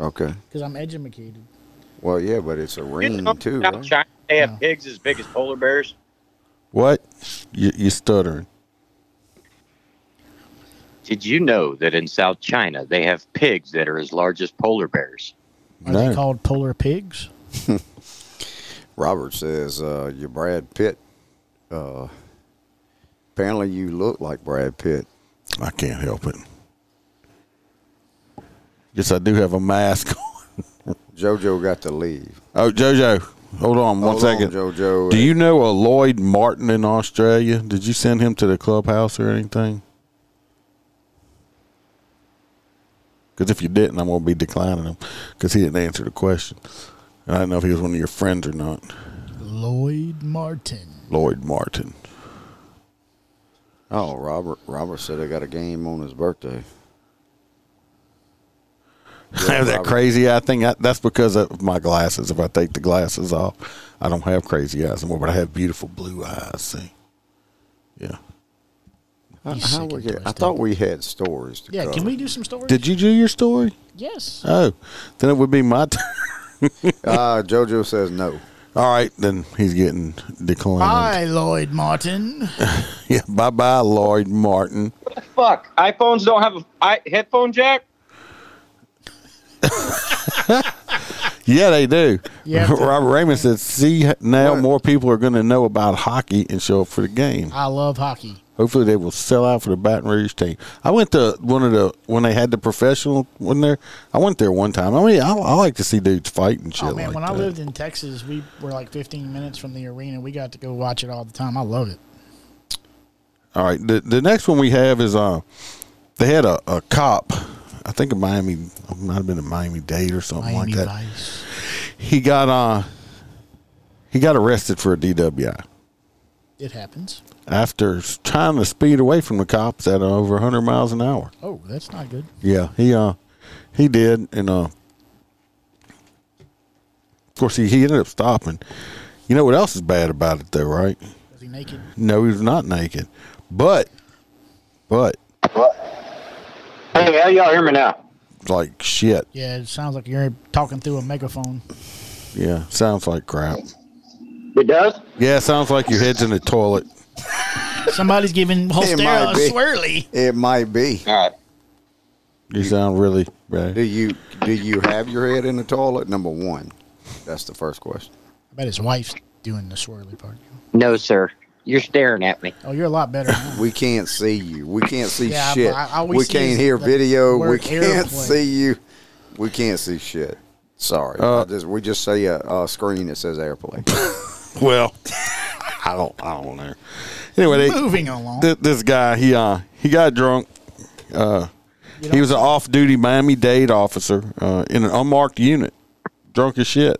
Speaker 3: Okay.
Speaker 2: Because I'm educated.
Speaker 3: Well, yeah, but it's a ring
Speaker 5: know
Speaker 3: too,
Speaker 5: South
Speaker 3: right?
Speaker 5: China, they have pigs as big as polar bears.
Speaker 1: What? You, you stuttering?
Speaker 5: Did you know that in South China they have pigs that are as large as polar bears?
Speaker 2: Are
Speaker 1: No.
Speaker 2: they called polar pigs?
Speaker 3: Robert says uh, you're Brad Pitt. Uh, apparently, you look like Brad Pitt.
Speaker 1: I can't help it. Yes, I do have a mask on.
Speaker 3: JoJo got to leave.
Speaker 1: Oh, JoJo, hold on one
Speaker 3: Hold on,
Speaker 1: second.
Speaker 3: JoJo. eh.
Speaker 1: Do you know a Lloyd Martin in Australia? Did you send him to the clubhouse or anything? Because if you didn't, I'm going to be declining him because he didn't answer the question. And I don't know if he was one of your friends or not.
Speaker 2: Lloyd Martin.
Speaker 1: Lloyd Martin.
Speaker 3: Oh, Robert. Robert said I got a game on his birthday.
Speaker 1: I have that
Speaker 3: Robert.
Speaker 1: crazy eye thing. I, that's because of my glasses. If I take the glasses off, I don't have crazy eyes anymore, but I have beautiful blue eyes. See? Yeah.
Speaker 3: How,
Speaker 2: You
Speaker 3: how
Speaker 2: sick
Speaker 3: we
Speaker 2: and
Speaker 3: get, I
Speaker 2: twisted.
Speaker 3: thought we had stories to
Speaker 2: Yeah,
Speaker 3: cover.
Speaker 2: can we do some stories?
Speaker 1: Did you do your story?
Speaker 2: Yes.
Speaker 1: Oh, then it would be my turn.
Speaker 3: Uh, JoJo says no.
Speaker 1: All right, then he's getting declined.
Speaker 2: Hi, Lloyd Martin.
Speaker 1: Yeah, bye bye, Lloyd Martin.
Speaker 5: Fuck, iPhones don't have a I, headphone jack.
Speaker 1: Yeah, they do.
Speaker 2: Yeah.
Speaker 1: Robert Raymond said, "See now,
Speaker 3: What?
Speaker 1: more people are going to know about hockey and show up for the game.
Speaker 2: I love hockey.
Speaker 1: Hopefully, they will sell out for the Baton Rouge team." I went to one of the when they had the professional one there. I went there one time. I mean, I, I like to see dudes fight and shit.
Speaker 2: Oh man,
Speaker 1: like
Speaker 2: when
Speaker 1: that.
Speaker 2: I lived in Texas, we were like 15 minutes from the arena. We got to go watch it all the time. I love it.
Speaker 1: All right. The the next one we have is uh they had a, a cop, I think in Miami might have been in Miami Dade or something like
Speaker 2: Miami
Speaker 1: that.
Speaker 2: Vice.
Speaker 1: He got uh he got arrested for a DWI
Speaker 2: It happens.
Speaker 1: after s- trying to speed away from the cops at uh, over 100 miles an hour.
Speaker 2: Oh, that's not good.
Speaker 1: Yeah, he uh he did and uh of course he, he ended up stopping. You know what else is bad about it though, right?
Speaker 2: Was he naked?
Speaker 1: No, he was not naked. But but
Speaker 5: Hey, how y'all hear me now?
Speaker 1: like shit.
Speaker 2: Yeah, it sounds like you're talking through a megaphone.
Speaker 1: Yeah, sounds like crap.
Speaker 5: It does.
Speaker 1: Yeah, sounds like your head's in the toilet.
Speaker 2: Somebody's giving Holstera
Speaker 3: might
Speaker 2: a
Speaker 3: be.
Speaker 2: swirly.
Speaker 3: It might be.
Speaker 5: All right.
Speaker 1: You sound really
Speaker 3: Do
Speaker 1: bad.
Speaker 3: you do you have your head in the toilet? Number one. That's the first question.
Speaker 2: I bet his wife's doing the swirly part.
Speaker 5: No, sir. You're staring at me.
Speaker 2: Oh, you're a lot better. than I am.
Speaker 3: We can't see you. We can't see
Speaker 2: Yeah,
Speaker 3: shit.
Speaker 2: but I- all we
Speaker 3: we
Speaker 2: see
Speaker 3: can't
Speaker 2: is
Speaker 3: hear
Speaker 2: the
Speaker 3: video. We
Speaker 2: word
Speaker 3: can't
Speaker 2: airplane.
Speaker 3: see you. We can't see shit. Sorry. I just- we just see a, a screen that says airplane.
Speaker 1: Well, I don't, I don't know. Anyway, they,
Speaker 2: Moving along.
Speaker 1: th- this guy, he uh, he got drunk. Uh,
Speaker 2: You
Speaker 1: He
Speaker 2: don't-
Speaker 1: was an off-duty Miami-Dade officer uh, in an unmarked unit, drunk as shit.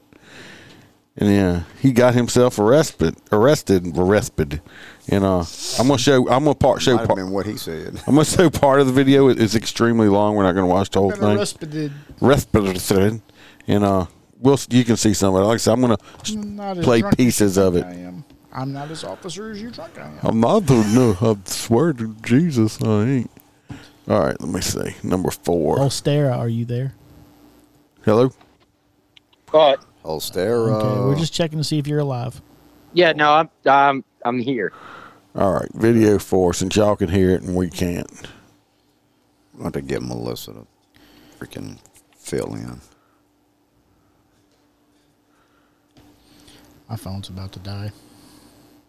Speaker 1: And yeah, he got himself arrested, arrested, arrested. And uh, I'm gonna show, I'm gonna part show,
Speaker 3: Might have
Speaker 1: part,
Speaker 3: been what he said.
Speaker 1: I'm gonna show part of the video. It- It's extremely long. We're not gonna watch the whole
Speaker 2: Kinda
Speaker 1: thing.
Speaker 2: respited.
Speaker 1: Respirated, and uh, we'll you can see some of it. Like I said, I'm gonna s-
Speaker 2: Not as
Speaker 1: play
Speaker 2: drunk as
Speaker 1: pieces
Speaker 2: you
Speaker 1: of
Speaker 2: think
Speaker 1: it.
Speaker 2: I am. I'm not as officer as you drunk I am.
Speaker 1: I'm not the no. I swear to Jesus, I ain't. All right, let me see. Number four.
Speaker 2: Holstera, are you there?
Speaker 1: Hello.
Speaker 5: But
Speaker 3: Oh, Holstera.
Speaker 2: Okay, we're just checking to see if you're alive.
Speaker 5: yeah, no, I'm I'm I'm here.
Speaker 1: All right, video four. Since y'all can hear it and we can't.
Speaker 3: I'm going to get Melissa to freaking fill in.
Speaker 2: My phone's about to die.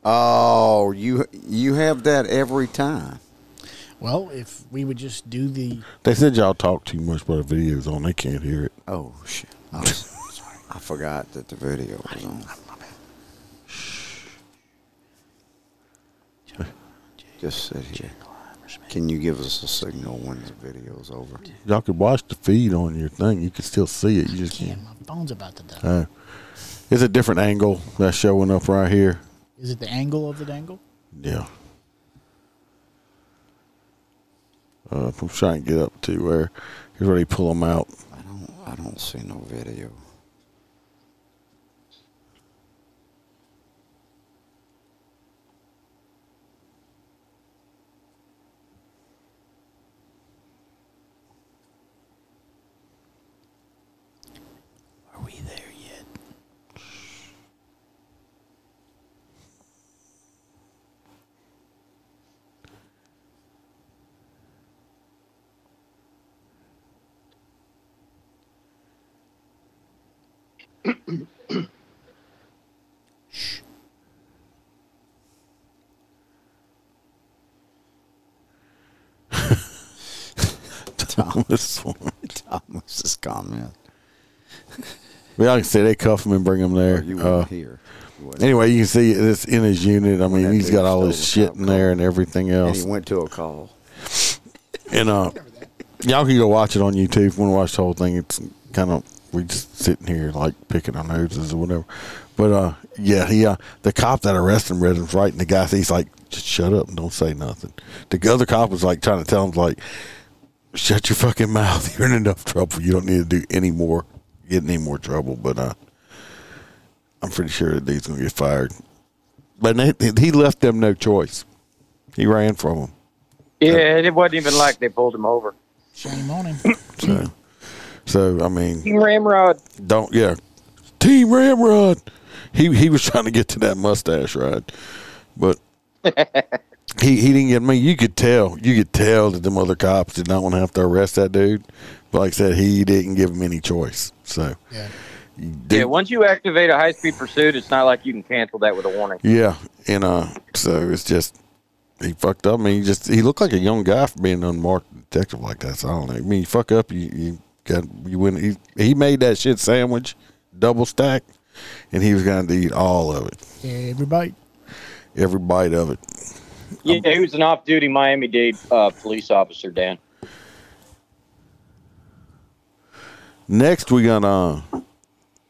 Speaker 3: Oh, you you have that every time.
Speaker 2: Well, if we would just do the
Speaker 1: They said y'all talk too much about the videos on. They can't hear it.
Speaker 3: Oh shit! I, was- I forgot that the video was on. Just sit here. Can you give us a signal when the video's over?
Speaker 1: Y'all could watch the feed on your thing. You could still see it. You just can't.
Speaker 2: Damn, my phone's about to die.
Speaker 1: Uh, it's a different angle that's showing up right here.
Speaker 2: Is it the angle of the dangle?
Speaker 1: Yeah. Uh, I'm trying to get up to where he's ready to pull them out.
Speaker 3: I don't. I don't see no video.
Speaker 2: Are we there yet?
Speaker 1: Thomas.
Speaker 3: Thomas's comment.
Speaker 1: but y'all can see they cuff him and bring him there.
Speaker 3: Oh, You
Speaker 1: Uh,
Speaker 3: weren't here. You weren't-
Speaker 1: anyway, you can see it's in his unit. I mean,
Speaker 3: that
Speaker 1: he's
Speaker 3: dude
Speaker 1: got all
Speaker 3: stole
Speaker 1: his
Speaker 3: the
Speaker 1: shit
Speaker 3: cop
Speaker 1: in there and everything
Speaker 3: and
Speaker 1: else.
Speaker 3: he went to a call.
Speaker 1: And uh, y'all can go watch it on YouTube if you want to watch the whole thing. It's kind of we just sitting here like picking our noses or whatever. But uh, yeah, he uh, the cop that arrested him read him right, and the guy he's like, just shut up and don't say nothing. The other cop was like trying to tell him like, shut your fucking mouth. You're in enough trouble. You don't need to do any more, get in any more trouble. But uh, I'm pretty sure the dude's gonna get fired. But they, he left them no choice. He ran from them.
Speaker 5: Yeah, and it wasn't even like they pulled him over.
Speaker 2: Shame on him.
Speaker 1: So, so I mean.
Speaker 5: Team Ramrod.
Speaker 1: Don't yeah. Team Ramrod. He he was trying to get to that mustache ride, but he he didn't get me. You could tell. You could tell that them other cops did not want to have to arrest that dude. But like I said, he didn't give him any choice. So
Speaker 2: Yeah.
Speaker 1: dude,
Speaker 5: Yeah, once you activate a high speed pursuit, it's not like you can cancel that with a warning.
Speaker 1: yeah, and uh, so it's just he fucked up. I mean, he just he looked like a young guy for being an unmarked detective like that. So I don't know. I mean, you fuck up, you you got you win. He he made that shit sandwich double stack, and he was going to eat all of it.
Speaker 2: Everybody.
Speaker 1: every bite of it.
Speaker 5: Yeah, he was an off duty Miami Dade uh, police officer, Dan.
Speaker 1: Next, we got uh,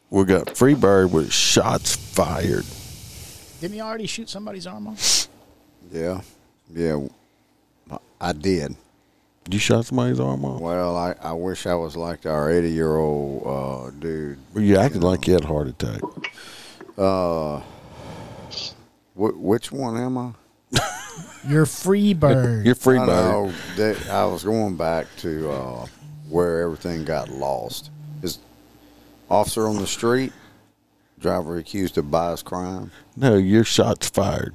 Speaker 1: we got Freebird with shots fired.
Speaker 2: Didn't he already shoot somebody's arm off?
Speaker 3: Yeah, yeah, I did.
Speaker 1: You shot somebody's arm off.
Speaker 3: Well, I, I wish I was like our 80 year old uh, dude.
Speaker 1: Well, you acted like you had a heart attack.
Speaker 3: Wh- which one am I?
Speaker 2: You're free bird.
Speaker 1: You're
Speaker 3: I
Speaker 1: Freebird.
Speaker 3: know that I was going back to uh, where everything got lost. Is officer on the street, driver accused of biased crime.
Speaker 1: No, your shots fired.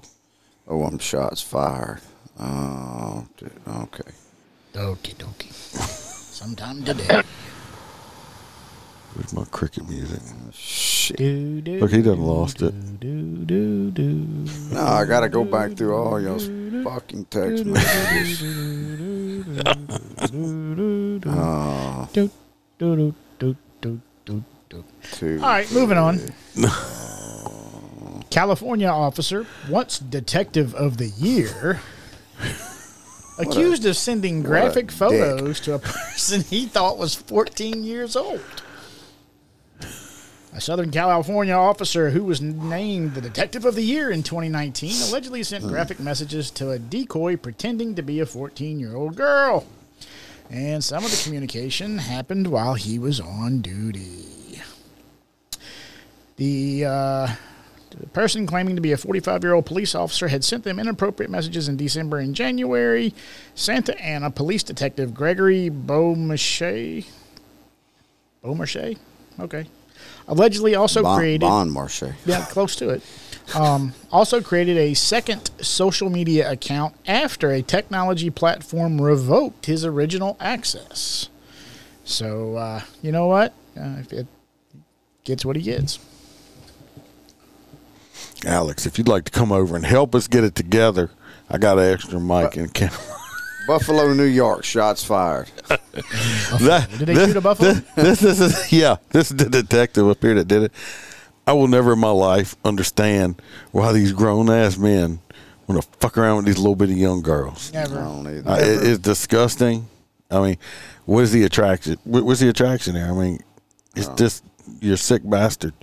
Speaker 3: Oh, I'm shots fired. Oh, d- okay.
Speaker 2: Okie dokie. Sometime today.
Speaker 1: Where's my cricket music?
Speaker 3: Shit.
Speaker 2: do, do,
Speaker 1: Look, he done lost it.
Speaker 2: do, do, do.
Speaker 3: No, I gotta go back through all y'all's fucking text messages. Oh,
Speaker 2: Do, do, do, do, do, do, do.
Speaker 3: two.
Speaker 2: All right, moving on. California officer, once detective of the year, accused of sending graphic
Speaker 3: dick.
Speaker 2: photos to a person he thought was 14 years old. A Southern California officer who was named the Detective of the Year in 2019 allegedly sent graphic messages to a decoy pretending to be a 14 year old girl. And some of the communication happened while he was on duty. The, uh, the person claiming to be a 45 year old police officer had sent them inappropriate messages in December and January. Santa Ana police detective Gregory Beaumarchais. Beaumarchais? Okay. Allegedly also
Speaker 3: Bon,
Speaker 2: created.
Speaker 3: bon Marche.
Speaker 2: Yeah, close to it. Um, also created a second social media account after a technology platform revoked his original access. So uh, you know what? Uh, if it gets what he gets.
Speaker 1: Alex, if you'd like to come over and help us get it together, I got an extra
Speaker 2: Uh,
Speaker 1: mic and camera.
Speaker 3: Buffalo, New York, shots fired.
Speaker 1: That-
Speaker 2: Did they shoot a buffalo?
Speaker 1: This, this is yeah. This is the detective up here that did it. I will never in my life understand why these grown ass men want to fuck around with these little bitty young girls.
Speaker 3: I
Speaker 2: Never.
Speaker 3: don't either.
Speaker 1: Uh, it, it's disgusting. I mean, what is the attraction? what- What's the attraction there? I mean, it's just you're a sick bastard.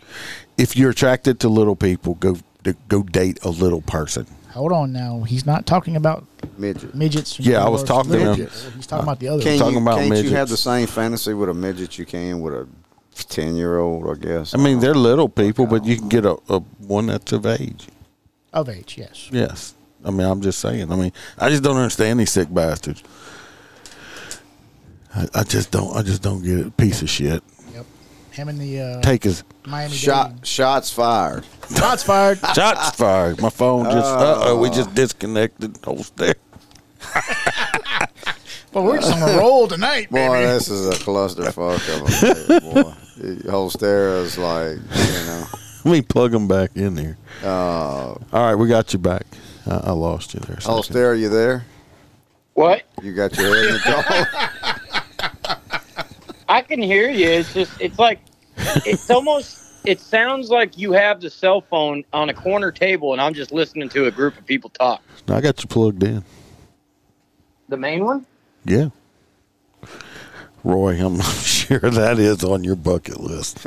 Speaker 1: If you're attracted to little people, go to, go date a little person.
Speaker 2: Hold on now. He's not talking about
Speaker 3: midget.
Speaker 2: midgets.
Speaker 1: Yeah, I was talking to him.
Speaker 2: Midgets. He's talking about the other.
Speaker 3: Can
Speaker 2: one.
Speaker 1: talking
Speaker 3: you,
Speaker 1: about
Speaker 3: can't you
Speaker 1: midgets.
Speaker 3: have the same fantasy with a midget you can with a ten year old? I guess.
Speaker 1: I mean, they're little people, but you can get a, a one that's of age.
Speaker 2: Of age, yes.
Speaker 1: Yes. I mean, I'm just saying. I mean, I just don't understand these sick bastards. I, I just don't. I just don't get it. Piece of shit.
Speaker 2: Yep. Him and the uh,
Speaker 1: Take his
Speaker 2: Miami
Speaker 3: shot shots fired.
Speaker 2: Shots fired.
Speaker 1: shots fired. My phone just. Uh oh. We just disconnected. Whole there.
Speaker 2: But we're just on a roll tonight,
Speaker 3: Boy,
Speaker 2: baby.
Speaker 3: this is a clusterfuck of a boy. The whole stair is like, you know.
Speaker 1: Let me plug them back in there. All right, we got you back. I, I lost you there. a
Speaker 3: Oh,
Speaker 1: second.
Speaker 3: stair, are you there?
Speaker 5: What?
Speaker 3: You got your head in the door.
Speaker 5: I can hear you. It's just it's like it's almost it sounds like you have the cell phone on a corner table and I'm just listening to a group of people talk.
Speaker 1: No, I got you plugged in.
Speaker 5: The main one?
Speaker 1: Yeah. Roy, I'm sure that is on your bucket list.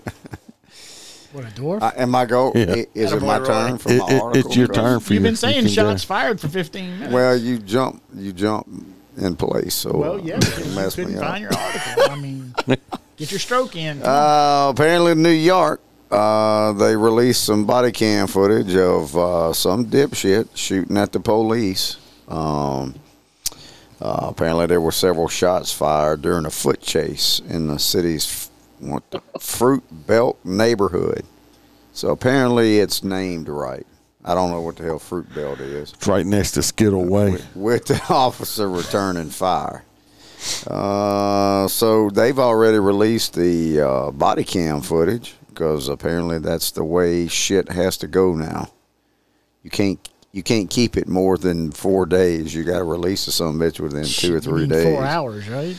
Speaker 2: What a dwarf.
Speaker 3: I, Uh, am I go?
Speaker 1: Yeah.
Speaker 3: i- Is it my
Speaker 2: Attaboy,
Speaker 3: turn
Speaker 2: Roy.
Speaker 3: for
Speaker 1: It-
Speaker 3: my
Speaker 1: it-
Speaker 3: article?
Speaker 1: it's your
Speaker 3: 'Cause-
Speaker 1: turn for
Speaker 2: You've
Speaker 1: you.
Speaker 2: been saying
Speaker 1: You can go.
Speaker 2: shots fired for 15 minutes.
Speaker 3: Well, you jump, you jump in place. So
Speaker 2: Well,
Speaker 3: uh,
Speaker 2: yeah,
Speaker 3: you
Speaker 2: because you
Speaker 3: messed
Speaker 2: couldn't
Speaker 3: me
Speaker 2: find
Speaker 3: up.
Speaker 2: your article. I mean, get your stroke in.
Speaker 3: Uh, apparently, in New York, uh, they released some body cam footage of uh, some dipshit shooting at the police. Um, uh, apparently, there were several shots fired during a foot chase in the city's f- what the, Fruit Belt neighborhood. So apparently, it's named right. I don't know what the hell Fruit Belt is
Speaker 1: It's right next to Skittle Way.
Speaker 3: with the officer returning fire. Uh, so they've already released the uh, body cam footage because apparently that's the way shit has to go now. You can't you can't keep it more than four days. You got to release some bitch within
Speaker 2: You
Speaker 3: two or three
Speaker 2: mean
Speaker 3: days.
Speaker 2: Four hours, right?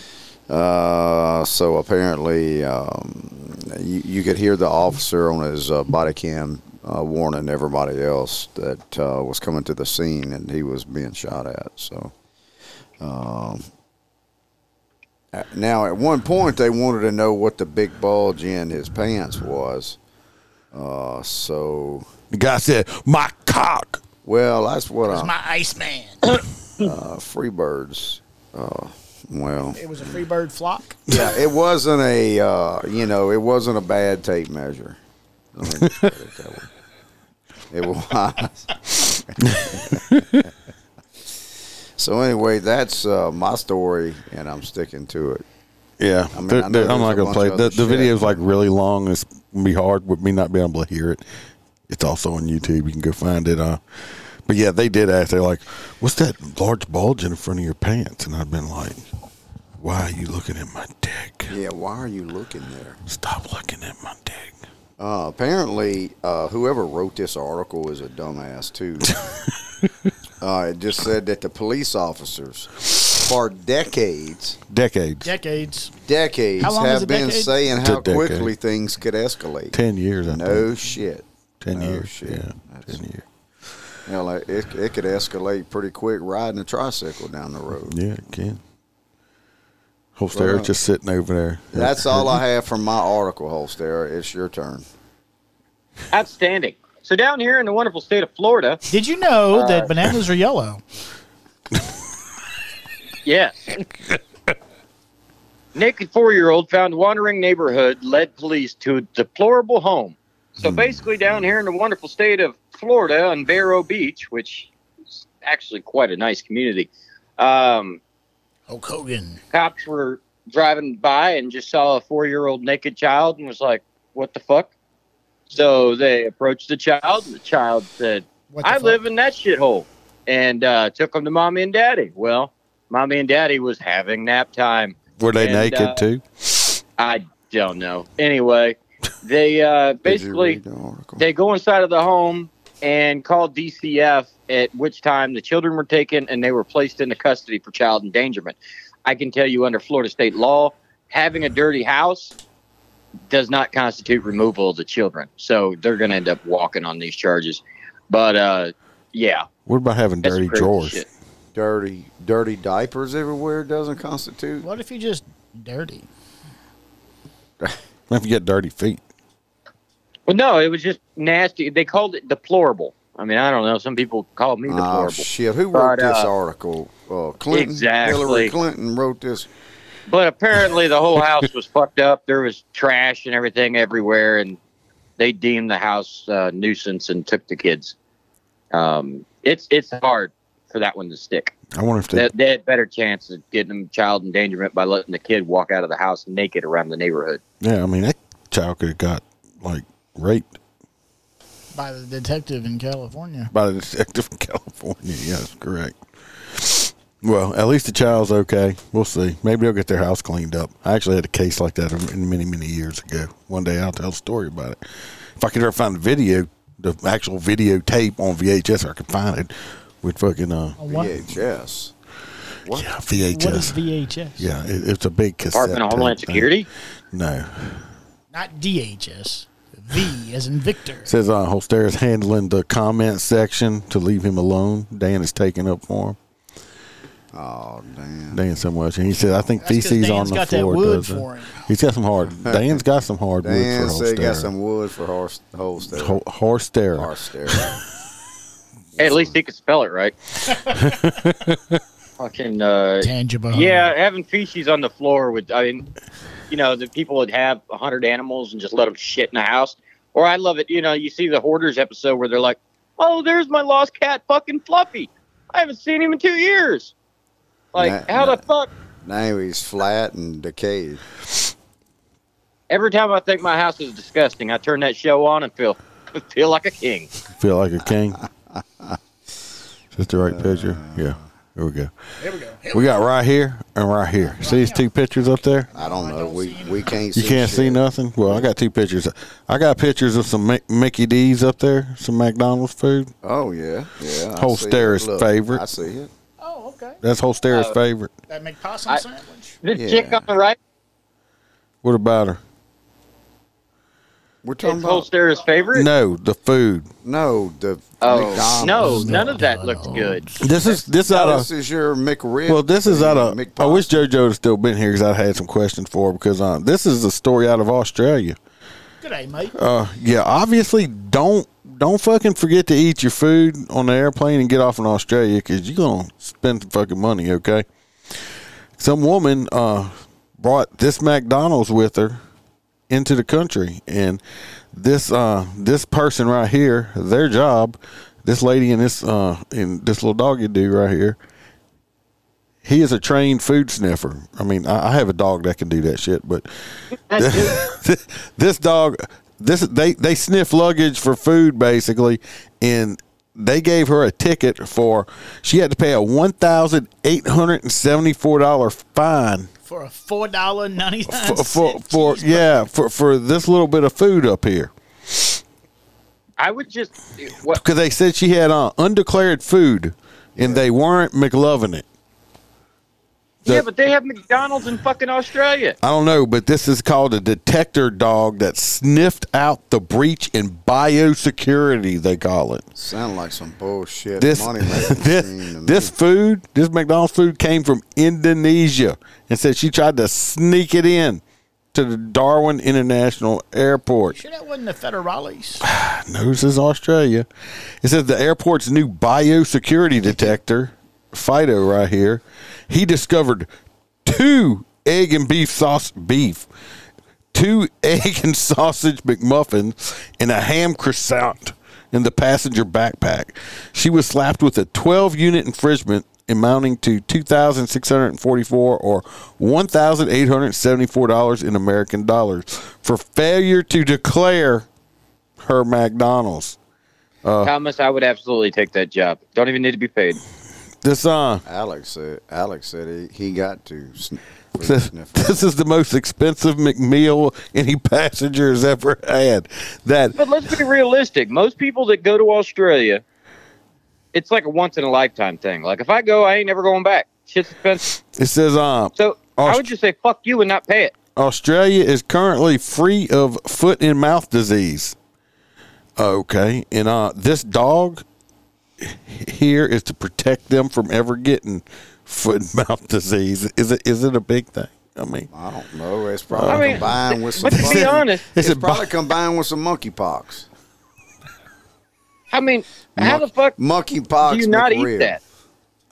Speaker 3: Uh, so apparently, um, you, you could hear the officer on his uh, body cam uh, warning everybody else that uh, was coming to the scene and he was being shot at. So, um, uh, now at one point they wanted to know what the big bulge in his pants was. Uh, so,
Speaker 1: The guy said, "My cock."
Speaker 3: well, that's what
Speaker 2: It's
Speaker 3: I'm
Speaker 2: my Iceman.
Speaker 3: uh, Freebirds. Uh, well,
Speaker 2: it was a free bird flock.
Speaker 3: yeah, it wasn't a uh, you know, it wasn't a bad tape measure. Let me just put it that way. It was. so anyway, that's uh, my story, and I'm sticking to it.
Speaker 1: Yeah,
Speaker 3: I mean,
Speaker 1: they're-
Speaker 3: I know
Speaker 1: they're- I'm
Speaker 3: there's
Speaker 1: not
Speaker 3: a
Speaker 1: gonna
Speaker 3: bunch
Speaker 1: play.
Speaker 3: of
Speaker 1: The,
Speaker 3: other
Speaker 1: the
Speaker 3: shit.
Speaker 1: video's like really long. It's gonna be hard with me not being able to hear it. It's also on YouTube. You can go find it. Uh, but yeah, they did ask. They're like, "What's that large bulge in front of your pants?" And I've been like, "Why are you looking at my dick?
Speaker 3: Yeah, why are you looking there?
Speaker 1: Stop looking at my dick."
Speaker 3: Uh, apparently, uh, whoever wrote this article is a dumbass too. uh, it just said that the police officers, for decades,
Speaker 1: Decades,
Speaker 2: Decades.
Speaker 3: decades,
Speaker 2: How long is
Speaker 3: have
Speaker 2: a
Speaker 3: been
Speaker 2: decade?
Speaker 3: saying
Speaker 1: It's a
Speaker 3: how
Speaker 1: decade.
Speaker 3: quickly things could escalate.
Speaker 1: ten years. I
Speaker 3: No
Speaker 1: think.
Speaker 3: shit.
Speaker 1: ten
Speaker 3: no
Speaker 1: years.
Speaker 3: shit.
Speaker 1: Yeah,
Speaker 3: That's-
Speaker 1: ten years.
Speaker 3: You know, like it, it could escalate pretty quick riding a tricycle down the road.
Speaker 1: Yeah, it can. Holster
Speaker 3: Well,
Speaker 1: just sitting over there.
Speaker 3: That's all I have from my article, Holster. It's your turn.
Speaker 5: Outstanding. So down here in the wonderful state of Florida,
Speaker 2: Did you know that bananas are yellow?
Speaker 5: yes. Naked four year old found wandering neighborhood led police to a deplorable home. So basically down here in the wonderful state of Florida on Vero Beach, which is actually quite a nice community, um,
Speaker 2: Hulk Hogan.
Speaker 5: cops were driving by and just saw a four year old naked child and was like, What the fuck? So they approached the child and the child said,
Speaker 2: What the
Speaker 5: I
Speaker 2: fuck?
Speaker 5: live in that shithole. And uh, took them to mommy and daddy. Well, mommy and daddy was having nap time.
Speaker 1: Were they
Speaker 5: And,
Speaker 1: naked
Speaker 5: uh,
Speaker 1: too?
Speaker 5: I don't know. Anyway, they
Speaker 3: Did
Speaker 5: uh,
Speaker 3: you
Speaker 5: basically
Speaker 3: read the article?
Speaker 5: they go inside of the home and call DCF, at which time the children were taken and they were placed into custody for child endangerment. I can tell you, under Florida state law, having a dirty house does not constitute removal of the children. So they're going to end up walking on these charges. But uh, yeah,
Speaker 1: What about having
Speaker 5: that's
Speaker 1: dirty
Speaker 5: crazy
Speaker 1: drawers?
Speaker 5: shit.
Speaker 3: Dirty, dirty diapers everywhere doesn't constitute.
Speaker 2: What if you just dirty?
Speaker 1: What if you get dirty feet?
Speaker 5: Well, no, it was just nasty. They called it deplorable. I mean, I don't know. Some people called
Speaker 1: Ah,
Speaker 5: me deplorable.
Speaker 3: Oh shit! Who wrote
Speaker 5: But,
Speaker 3: this
Speaker 5: uh,
Speaker 3: article? Uh, Clinton.
Speaker 5: Exactly.
Speaker 3: Hillary Clinton wrote this.
Speaker 5: But apparently, the whole house was fucked up. There was trash and everything everywhere, and they deemed the house uh, nuisance and took the kids. Um, it's it's hard for that one to stick.
Speaker 1: I wonder if
Speaker 5: They,
Speaker 1: they,
Speaker 5: they had better chance of getting them child endangerment by letting the kid walk out of the house naked around the neighborhood.
Speaker 1: yeah, I mean, that child could have got like raped
Speaker 2: By the detective in California.
Speaker 1: by the detective in California. Yes, correct. Well, at least the child's okay. We'll see. Maybe they'll get their house cleaned up. I actually had a case like that many, many years ago. One day I'll tell a story about it. If I could ever find the video, the actual videotape on VHS, or I could find it with fucking uh,
Speaker 2: Oh, What,
Speaker 3: VHS.
Speaker 1: yeah,
Speaker 2: what is
Speaker 1: VHS.
Speaker 2: VHS?
Speaker 1: yeah, it, it's a big cassette.
Speaker 5: Department of Homeland
Speaker 1: tape thing.
Speaker 5: Security.
Speaker 1: No,
Speaker 2: Not DHS. V as in Victor.
Speaker 1: Says uh, Holster is handling the comment section to leave him alone. Dan is taking up for him.
Speaker 3: Oh damn!
Speaker 1: Dan so much, and he said, "I think
Speaker 2: That's 'cause
Speaker 1: feces on
Speaker 2: Dan's
Speaker 1: the
Speaker 2: got that
Speaker 1: floor
Speaker 2: wood
Speaker 1: does it."
Speaker 2: for him.
Speaker 1: He's got some hard. Dan's got some hard
Speaker 3: Dan
Speaker 1: wood for
Speaker 3: said
Speaker 1: Holster.
Speaker 3: he got some wood for horse horse there.
Speaker 1: Ho- Holster.
Speaker 3: Horse there.
Speaker 5: Hey, at least he could spell it right. Fucking uh,
Speaker 2: Tangible.
Speaker 5: yeah, having feces on the floor would. I mean, you know, the people would have hundred animals and just let them shit in the house. Or I love it. You know, you see the hoarders episode where they're like, "Oh, there's my lost cat, fucking Fluffy. I haven't seen him in two years. Like,
Speaker 3: Nah,
Speaker 5: how
Speaker 3: nah.
Speaker 5: the fuck?"
Speaker 3: now he's flat and decayed.
Speaker 5: Every time I think my house is disgusting, I turn that show on and feel feel like a king.
Speaker 1: Feel like a king. Is this the right
Speaker 2: Uh,
Speaker 1: picture? Yeah. Here we go.
Speaker 2: There we go.
Speaker 1: We got right here and right here. See these two pictures up there?
Speaker 3: I don't know.
Speaker 2: don't
Speaker 3: we
Speaker 2: see
Speaker 3: we can't.
Speaker 1: You
Speaker 3: see
Speaker 1: can't see
Speaker 3: shit.
Speaker 1: nothing. Well, I got two pictures. I got pictures of some Mi- Mickey D's up there, some McDonald's food.
Speaker 3: Oh yeah, yeah. I
Speaker 1: Whole
Speaker 3: see
Speaker 1: stairs
Speaker 3: it. Look,
Speaker 1: favorite.
Speaker 3: I see it.
Speaker 2: Oh, okay.
Speaker 1: That's Holster's favorite.
Speaker 2: That McPossum
Speaker 5: I-
Speaker 2: sandwich.
Speaker 5: This
Speaker 3: Yeah.
Speaker 5: chick on the right,
Speaker 1: What about her?
Speaker 3: We're talking
Speaker 5: is
Speaker 3: about
Speaker 5: Holster's favorite.
Speaker 1: No, the food.
Speaker 3: no the
Speaker 5: Oh
Speaker 3: McDonald's.
Speaker 5: no, none of that looks good.
Speaker 1: This is this out
Speaker 3: This
Speaker 1: of
Speaker 3: is your McRib.
Speaker 1: well. This is out of.
Speaker 3: McPop-
Speaker 1: I wish JoJo had still been here because I had some questions for her because um, this is a story out of Australia.
Speaker 2: Good day, mate.
Speaker 1: Uh, yeah, obviously don't don't fucking forget to eat your food on the airplane and get off in Australia because you're gonna spend some fucking money. Okay. Some woman uh brought this McDonald's with her into the country, and this uh this person right here, their job, this lady and this uh and this little doggy dude right here. He is a trained food sniffer. I mean, I, I have a dog that can do that shit, but this dog this they they sniff luggage for food basically and they gave her a ticket for she had to pay a one thousand eight hundred and seventy four dollar fine
Speaker 2: For a four dollar ninety nine
Speaker 1: for for, for yeah for for this little bit of food up here
Speaker 5: I would just what
Speaker 1: because they said she had uh, undeclared food and they weren't McLovin it
Speaker 5: yeah,
Speaker 1: The-
Speaker 5: but they have McDonald's in fucking Australia.
Speaker 1: I don't know, but this is called a detector dog that sniffed out the breach in biosecurity. They call it.
Speaker 3: sound like some bullshit.
Speaker 1: this
Speaker 3: money
Speaker 1: this, this food, this McDonald's food came from Indonesia and said she tried to sneak it in to the Darwin International Airport.
Speaker 2: Sure, that wasn't the federales.
Speaker 1: No, this is Australia. It says the airport's new biosecurity detector, Fido, right here. He discovered two egg and beef sauce beef, two egg and sausage McMuffins, and a ham croissant in the passenger backpack. She was slapped with a 12 unit infringement amounting to 2644 or $1,874 in American dollars for failure to declare her McDonald's.
Speaker 5: Thomas, I would absolutely take that job. Don't even need to be paid.
Speaker 1: This uh,
Speaker 3: Alex said. Alex said he, he got to. Sn- food
Speaker 1: this,
Speaker 3: sniffer.
Speaker 1: this is the most expensive McMeal any passenger has ever had. That
Speaker 5: But let's be realistic. Most people that go to Australia, it's like a once in a lifetime thing. Like if I go, I ain't never going back. Shit's expensive.
Speaker 1: it says uh,
Speaker 5: So I
Speaker 1: Aust-
Speaker 5: would just say fuck you and not pay it.
Speaker 1: Australia is currently free of foot and mouth disease. Okay, and uh, this dog here is to protect them from ever getting foot and mouth disease. Is it is it a big thing? I mean,
Speaker 3: I don't know. It's probably
Speaker 5: I mean,
Speaker 3: combined with some.
Speaker 5: but to be
Speaker 3: fucking-
Speaker 5: honest,
Speaker 3: it's,
Speaker 1: is it
Speaker 3: probably
Speaker 1: bi-
Speaker 3: combined with some monkeypox.
Speaker 5: I mean, how the fuck
Speaker 3: Monkeypox.
Speaker 5: do you not
Speaker 3: McRib.
Speaker 5: eat that?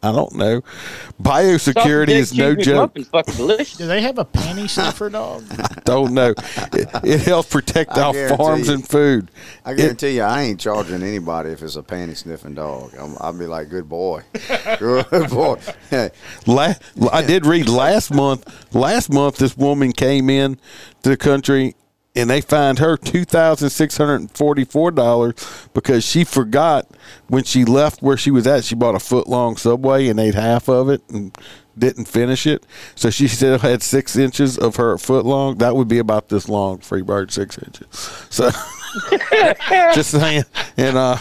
Speaker 1: I don't know.
Speaker 5: Something
Speaker 1: Biosecurity
Speaker 5: that
Speaker 1: is no
Speaker 5: cheese
Speaker 1: joke.
Speaker 5: McMuffin's fucking delicious.
Speaker 2: Do they have a panty sniffer dog?
Speaker 1: don't know. It, it helps protect
Speaker 3: I
Speaker 1: our
Speaker 3: guarantee
Speaker 1: farms
Speaker 3: you.
Speaker 1: and food.
Speaker 3: I
Speaker 1: It-
Speaker 3: guarantee you, I ain't charging anybody if it's a panty sniffing dog. I'm, I'll be like, good boy, good boy.
Speaker 1: La- I did read last month. Last month, this woman came in to the country, and they fined her two thousand six hundred and forty-four dollars because she forgot when she left where she was at. She bought a foot-long Subway and ate half of it and didn't finish it. So she still had six inches of her foot long. That would be about this long, free bird, six inches. So just saying, and uh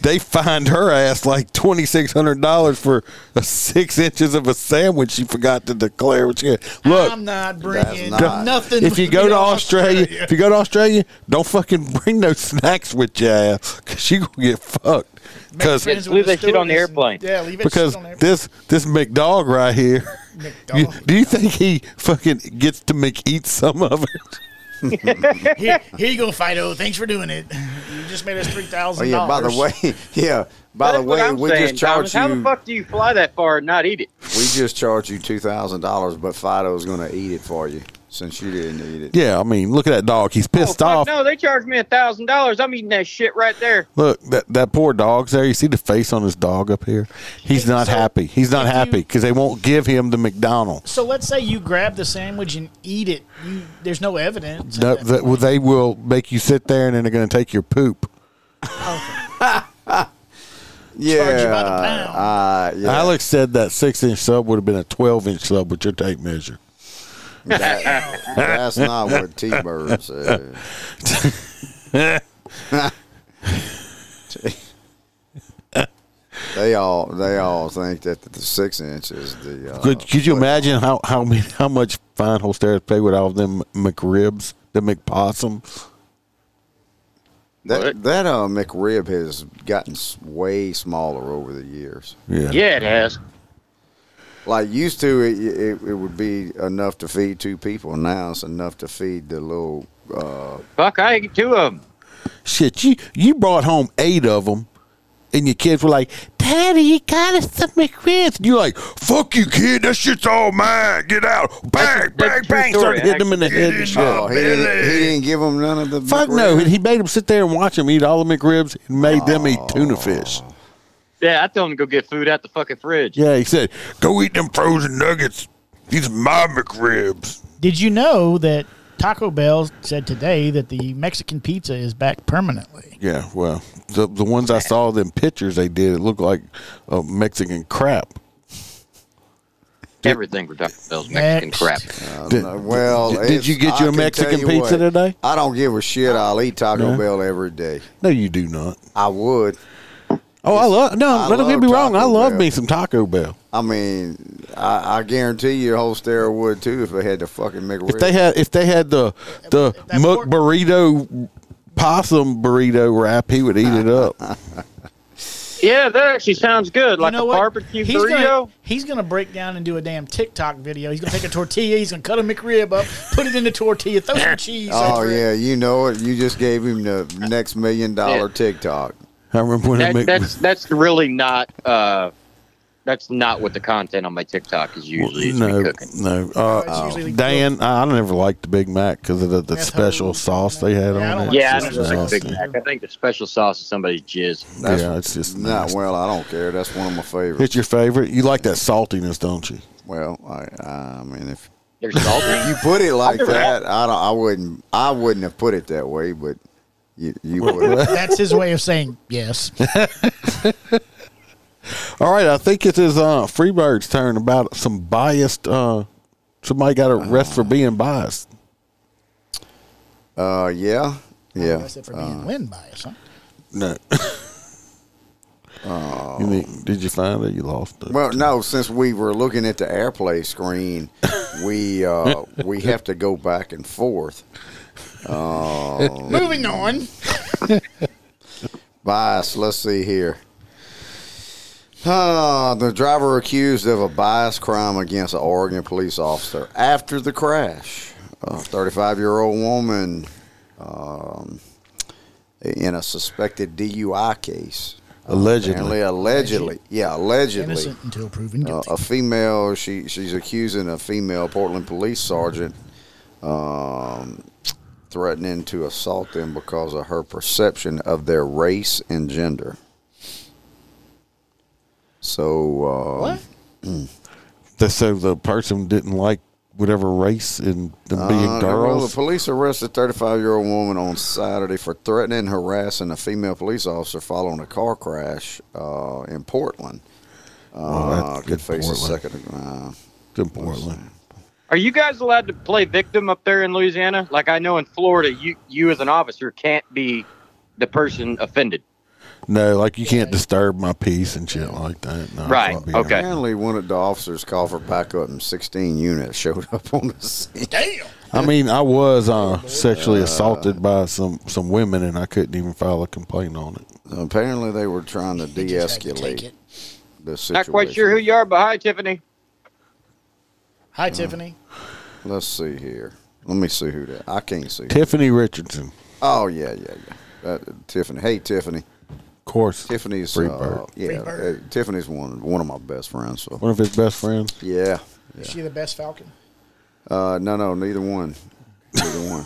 Speaker 1: they fined her ass like twenty six hundred dollars for a six inches of a sandwich she forgot to declare. What she had. Look,
Speaker 2: I'm not bringing
Speaker 3: That's not-
Speaker 2: nothing.
Speaker 1: if you go to Australia, if you go to Australia, don't fucking bring no snacks with your ass because you gonna get fucked. Because
Speaker 5: friends Leave that shit on the airplane.
Speaker 2: Yeah, leave it
Speaker 1: because
Speaker 2: shit on the airplane.
Speaker 1: this this McDog right here, you-
Speaker 2: McDog.
Speaker 1: do you think he fucking gets to McEat some of it?
Speaker 2: here, here you go, Fido. Thanks for doing it. You just made us three
Speaker 3: Oh
Speaker 2: thousand
Speaker 3: yeah. By
Speaker 2: dollars.
Speaker 3: the way, yeah. By the
Speaker 5: That's what
Speaker 3: way,
Speaker 5: I'm
Speaker 3: we
Speaker 5: saying,
Speaker 3: just charge
Speaker 5: Thomas. How the
Speaker 3: you.
Speaker 5: fuck do you fly that far and not eat it?
Speaker 3: We just charge you two thousand dollars, but Fido's gonna eat it for you since you didn't eat it.
Speaker 1: Yeah, I mean, look at that dog. He's
Speaker 5: Oh,
Speaker 1: pissed
Speaker 5: fuck
Speaker 1: off.
Speaker 5: No, they charged me a thousand dollars. I'm eating that shit right there.
Speaker 1: Look, that, that poor dog's there. You see the face on his dog up here? He's not
Speaker 2: so
Speaker 1: happy. He's not
Speaker 2: if you-
Speaker 1: happy because they won't give him the McDonald's.
Speaker 2: So let's say you grab the sandwich and eat it. You, there's no evidence.
Speaker 1: No,
Speaker 2: of
Speaker 1: that, well, they will make you sit there and then they're going to take your poop.
Speaker 2: Charge you by the
Speaker 3: Yeah.
Speaker 2: pound.
Speaker 3: Uh, yeah.
Speaker 1: Alex said that six inch sub would have been a 12 inch sub with your tape measure.
Speaker 3: That- that's not what T-Bird said. they all they all think that the six inch is the. Uh,
Speaker 1: Could, could you imagine how how many, how much fine Holstera paid with all of them McRibs, the McPossum?
Speaker 3: That that uh, McRib has gotten s- way smaller over the years.
Speaker 5: Yeah, it has.
Speaker 3: Like used to, it, it it would be enough to feed two people. Now it's enough to feed the little. Uh,
Speaker 5: Fuck, I ate two of them.
Speaker 1: Shit, you you brought home eight of them, and your kids were like, "Daddy, you got us some McRibs." And you're like, "Fuck you, kid! That shit's all mine. Get out! Bang, bang,
Speaker 5: That's- that's true
Speaker 1: bang!"
Speaker 5: story.
Speaker 1: Started hitting them in the head and
Speaker 3: oh,
Speaker 1: shit.
Speaker 3: he, didn't, he didn't give them none of the.
Speaker 1: Fuck
Speaker 3: McRib?
Speaker 1: no! And he made them sit there and watch them eat all the McRibs and made them eat tuna fish.
Speaker 5: Yeah, I told them to go get food out the fucking fridge.
Speaker 1: Yeah, he said, "Go eat them frozen nuggets. These are my McRibs."
Speaker 2: Did you know that Taco Bell said today that the Mexican pizza is back permanently?
Speaker 1: Yeah, well, the the ones I saw them pictures they did, it looked like uh, Mexican crap.
Speaker 5: Everything we're talking about is Mexican
Speaker 2: Next.
Speaker 5: crap.
Speaker 1: Did-
Speaker 3: Uh, Well,
Speaker 1: did- did you
Speaker 3: it's-
Speaker 1: get you
Speaker 3: I
Speaker 1: a
Speaker 3: can
Speaker 1: Mexican
Speaker 3: tell you
Speaker 1: pizza
Speaker 3: what,
Speaker 1: today?
Speaker 3: I don't give a shit. I'll eat Taco Bell every day.
Speaker 1: No, you do not.
Speaker 3: I would.
Speaker 1: Oh, I love no.
Speaker 3: I
Speaker 1: don't get
Speaker 3: love
Speaker 1: me wrong. I
Speaker 3: Taco
Speaker 1: love
Speaker 3: Bell.
Speaker 1: me some Taco Bell.
Speaker 3: I mean, I, I guarantee you, Holster would too if they had the fucking McRib.
Speaker 1: If they had if they had the the
Speaker 2: That
Speaker 1: muck
Speaker 2: pork-
Speaker 1: burrito possum burrito wrap, he would eat it up.
Speaker 5: Yeah, that actually sounds good. Like
Speaker 2: you know
Speaker 5: a
Speaker 2: what?
Speaker 5: barbecue
Speaker 2: he's
Speaker 5: burrito.
Speaker 2: Gonna, he's gonna break down and do a damn TikTok video. He's gonna take a tortilla. He's gonna cut a McRib up, put it in the tortilla, throw some cheese.
Speaker 3: oh
Speaker 2: over it.
Speaker 3: yeah, you know it. You just gave him the next million dollar TikTok.
Speaker 1: I remember when I
Speaker 5: That,
Speaker 1: made
Speaker 5: that's that's really not. Uh, that's not what the content on my TikTok is usually. Is me
Speaker 1: no
Speaker 5: cooking.
Speaker 1: no. Uh,
Speaker 2: It's usually
Speaker 1: Dan, I I never liked the Big Mac because of the, the
Speaker 2: That's
Speaker 1: special
Speaker 2: how-
Speaker 1: sauce they had
Speaker 2: Yeah,
Speaker 1: on
Speaker 2: I don't
Speaker 1: it.
Speaker 2: like
Speaker 5: Yeah, I
Speaker 2: That's
Speaker 5: don't
Speaker 2: just
Speaker 5: like
Speaker 2: nasty.
Speaker 5: Big Mac. I think the special sauce is somebody's jizz.
Speaker 3: That's
Speaker 1: yeah, it's just
Speaker 3: Not
Speaker 1: nasty.
Speaker 3: well. I don't care. That's one of my favorites.
Speaker 1: It's your favorite. You like that saltiness, don't you?
Speaker 3: Well, I, I mean, if
Speaker 5: There's salty.
Speaker 3: you put it like that, I don't. I wouldn't. I wouldn't have put it that way, but you, you would.
Speaker 2: That's his way of saying yes.
Speaker 1: All right, I think it is uh, Freebird's turn about some biased. Uh, somebody got arrested for being biased.
Speaker 3: Uh, yeah, yeah.
Speaker 2: That's it for being win bias, huh?
Speaker 1: No. You mean, did you find it? You lost it.
Speaker 3: Oh. Well, no, since we were looking at the AirPlay screen, we uh, we have to go back and forth.
Speaker 2: Moving on.
Speaker 3: Bias, let's see here. Ah, the driver accused of a biased crime against an Oregon police officer after the crash. A 35 year old woman um, in a suspected DUI case.
Speaker 1: Allegedly.
Speaker 3: Apparently, allegedly. Yeah, allegedly.
Speaker 2: Innocent until proven
Speaker 3: Uh,
Speaker 2: guilty.
Speaker 3: a female, she, she's accusing a female Portland police sergeant um, threatening to assault them because of her perception of their race and gender. So, uh,
Speaker 2: what?
Speaker 1: That so the person didn't like whatever race and them
Speaker 3: Uh,
Speaker 1: being
Speaker 3: Well, the
Speaker 1: girls.
Speaker 3: police arrested 35 year old woman on Saturday for threatening and harassing a female police officer following a car crash uh, in Portland.
Speaker 1: Oh, that's
Speaker 3: Uh,
Speaker 1: in
Speaker 3: could face
Speaker 1: Portland.
Speaker 3: a second. Uh,
Speaker 1: It's in Portland.
Speaker 5: Are you guys allowed to play victim up there in Louisiana? Like I know in Florida, you you as an officer can't be the person offended.
Speaker 1: No, like you can't disturb my peace and shit like that. No, I
Speaker 5: Right,
Speaker 1: can't be there.
Speaker 5: okay.
Speaker 3: apparently, one of the officers called for backup, and 16 units showed up on the scene.
Speaker 2: Damn.
Speaker 1: I mean, I was uh, sexually assaulted by some some women, and I couldn't even file a complaint on it.
Speaker 3: Apparently, they were trying to
Speaker 2: He
Speaker 3: de
Speaker 2: just had to take
Speaker 3: escalate
Speaker 2: it.
Speaker 3: the situation.
Speaker 5: Not quite sure who you are, but hi, Tiffany.
Speaker 3: Uh,
Speaker 2: Hi, Tiffany.
Speaker 3: Let's see here. Let me see who that. I can't see.
Speaker 1: Tiffany Richardson,
Speaker 3: Oh yeah, yeah, yeah. Uh, Tiffany. Hey, Tiffany.
Speaker 1: of course,
Speaker 3: Tiffany's
Speaker 1: Free
Speaker 3: uh,
Speaker 1: bird.
Speaker 3: yeah,
Speaker 2: Free bird.
Speaker 3: uh, Tiffany's one one of my best friends. So
Speaker 1: one of his best friends.
Speaker 3: yeah,
Speaker 2: Is she the best Falcon?
Speaker 3: uh, no, no, neither one, neither one.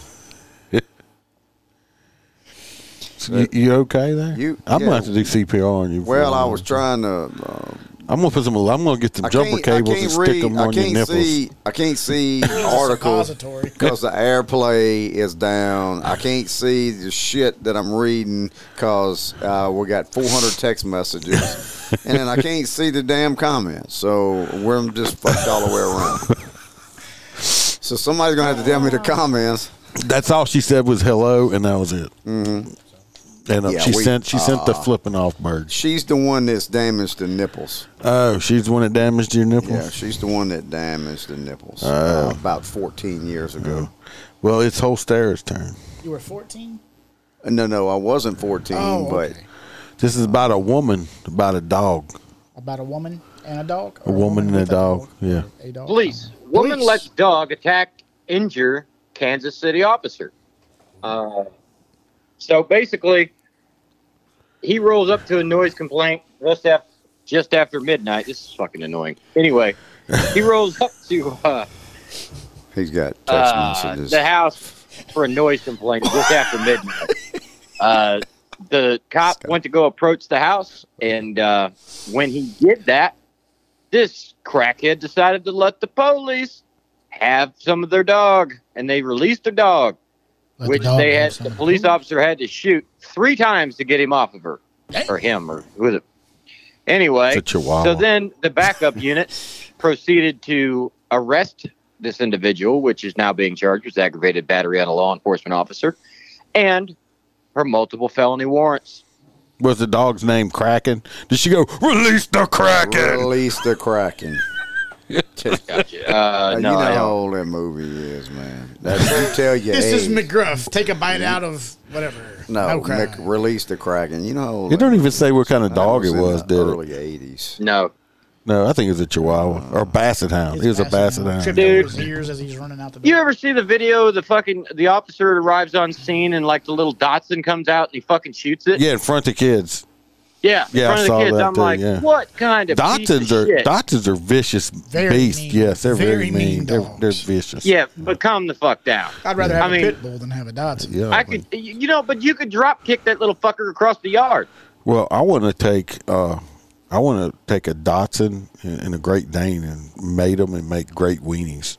Speaker 1: So you, you okay there?
Speaker 3: You-
Speaker 1: I'm
Speaker 3: yeah.
Speaker 1: gonna have to do CPR on you. for
Speaker 3: Well,
Speaker 1: a
Speaker 3: I
Speaker 1: while.
Speaker 3: was trying to. Uh,
Speaker 1: I'm gonna put some. I'm gonna get some
Speaker 3: I
Speaker 1: jumper
Speaker 3: can't, I
Speaker 1: cables
Speaker 3: can't
Speaker 1: and
Speaker 3: read.
Speaker 1: stick them
Speaker 3: I
Speaker 1: on your
Speaker 3: can't
Speaker 1: nipples.
Speaker 3: see. I can't see
Speaker 2: It's a
Speaker 3: articles
Speaker 2: suppository.
Speaker 3: because the airplay is down. I can't see the shit that I'm reading because uh, we got 400 text messages, and then I can't see the damn comments. So we're just fucked all the way around. So somebody's gonna have to tell me the
Speaker 2: Oh.
Speaker 3: comments.
Speaker 1: That's all she said was hello, and that was it. Mm-hmm. And uh,
Speaker 3: Yeah,
Speaker 1: she
Speaker 3: we- uh,
Speaker 1: sent she sent the flipping off bird.
Speaker 3: She's the one that's damaged the nipples.
Speaker 1: Oh, she's the one that damaged your nipples.
Speaker 3: Yeah, she's the one that damaged the nipples
Speaker 1: Oh.
Speaker 3: uh, about 14 years ago.
Speaker 1: Well, it's whole Stara's turn.
Speaker 2: You were 14?
Speaker 3: No, no, I wasn't 14,
Speaker 2: Oh,
Speaker 3: but
Speaker 2: okay.
Speaker 1: This is about a woman, about a dog.
Speaker 2: About a woman and a dog?
Speaker 1: A
Speaker 2: Or
Speaker 1: woman and a
Speaker 2: with
Speaker 1: dog. Yeah.
Speaker 2: A dog.
Speaker 5: Police. Woman
Speaker 2: Police.
Speaker 5: lets dog attack, injure Kansas City officer. Uh, so basically, he rolls up to a noise complaint just after, just after midnight. This is fucking annoying. Anyway, he rolls up to uh,
Speaker 3: he's got text
Speaker 5: uh,
Speaker 3: messages.
Speaker 5: the house for a noise complaint just after midnight. Uh, the cop went to go approach the house, and uh, when he did that, this crackhead decided to let the police have some of their dog, and they released their dog,
Speaker 2: Let the
Speaker 5: which
Speaker 2: dog
Speaker 5: they
Speaker 2: have
Speaker 5: had
Speaker 2: some
Speaker 5: the
Speaker 2: of it.
Speaker 5: police officer had to shoot three times to get him off of her
Speaker 2: Dang.
Speaker 5: or him or with it. Anyway,
Speaker 1: It's a chihuahua.
Speaker 5: so then the backup unit proceeded to arrest this individual, which is now being charged with aggravated battery on a law enforcement officer and her multiple felony warrants.
Speaker 1: Was the dog's name Kraken? Did she go release the Kraken?
Speaker 3: Release the Kraken.
Speaker 5: Gotcha. Uh,
Speaker 3: Uh,
Speaker 5: no,
Speaker 3: you know
Speaker 5: I
Speaker 3: how
Speaker 5: don't.
Speaker 3: old that movie is, man. That's you tell your
Speaker 2: This is
Speaker 3: age.
Speaker 2: McGruff. Take a bite out of whatever.
Speaker 3: no,
Speaker 2: crime.
Speaker 3: Mick, release the Kraken. You know how old
Speaker 1: It don't
Speaker 3: that-
Speaker 1: even say what kind of
Speaker 3: that
Speaker 1: dog it
Speaker 3: in
Speaker 1: was,
Speaker 3: the
Speaker 1: did it?
Speaker 3: early eighties.
Speaker 5: no.
Speaker 1: No, I think it was a Chihuahua or a Basset Hound.
Speaker 2: His
Speaker 1: It was a Basset
Speaker 2: Tripped
Speaker 1: Hound.
Speaker 5: Dude.
Speaker 2: over his ears as he's running out the
Speaker 5: You
Speaker 2: door.
Speaker 5: ever see the video of the fucking the officer arrives on scene and like the little Datsun comes out and he fucking shoots it?
Speaker 1: Yeah, in front of kids.
Speaker 5: Yeah, in
Speaker 1: Yeah, I
Speaker 5: front of
Speaker 1: saw
Speaker 5: the kids.
Speaker 1: that
Speaker 5: I'm
Speaker 1: too,
Speaker 5: like,
Speaker 1: yeah.
Speaker 5: what kind of piece of
Speaker 1: Dachshunds are
Speaker 5: shit?
Speaker 1: Dachshunds are vicious
Speaker 2: Very
Speaker 1: beasts.
Speaker 2: mean.
Speaker 1: Yes, they're very,
Speaker 2: Very
Speaker 1: mean.
Speaker 2: mean
Speaker 1: They're,
Speaker 2: dogs.
Speaker 1: they're vicious.
Speaker 5: Yeah, but calm the fuck down.
Speaker 2: I'd rather have
Speaker 5: I mean-
Speaker 2: a pit bull than have a Dotson.
Speaker 1: Yeah.
Speaker 5: I could, you you know, but you could drop kick that little fucker across the yard.
Speaker 1: Well, I want to take uh, I want to take a Dotson and, and a Great Dane and mate them and make great weenies.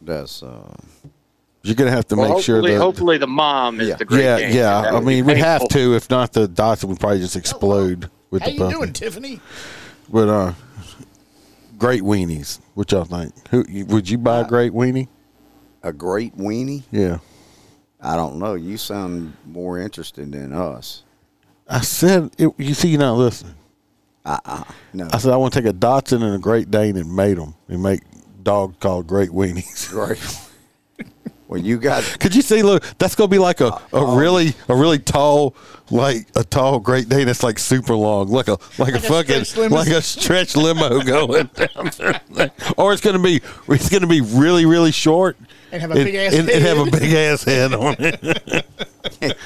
Speaker 3: That's uh,
Speaker 1: You're gonna have to
Speaker 5: Well,
Speaker 1: make
Speaker 5: hopefully,
Speaker 1: sure that
Speaker 5: hopefully the mom is
Speaker 3: Yeah.
Speaker 5: the great.
Speaker 1: yeah,
Speaker 5: game.
Speaker 1: yeah.
Speaker 5: That
Speaker 1: I
Speaker 5: would be
Speaker 1: mean, we have
Speaker 5: painful.
Speaker 1: to. If not, the Dotson would probably just explode with
Speaker 2: How
Speaker 1: the
Speaker 2: you
Speaker 1: puppy.
Speaker 2: doing, Tiffany?
Speaker 1: But uh, great weenies. What y'all think? Who you- would you
Speaker 2: Uh,
Speaker 1: buy a great weenie?
Speaker 3: a great weenie.
Speaker 1: Yeah,
Speaker 3: I don't know. You sound more interested than us.
Speaker 1: I said. It, you see, you're not listening.
Speaker 3: No,
Speaker 1: I said I want to take a Dotson and a Great Dane and mate them and make dog called Great Weenies.
Speaker 3: great. When you got
Speaker 1: Could you see? Look, that's gonna be like a, a really a really tall like a tall Great Dane that's like super long, like a like, a,
Speaker 2: stretch
Speaker 1: fucking
Speaker 2: limo.
Speaker 1: like a stretch limo going down there. Or it's gonna be it's gonna be really really short
Speaker 2: And have a big ass
Speaker 1: and, and have a
Speaker 2: head.
Speaker 1: big ass head on it.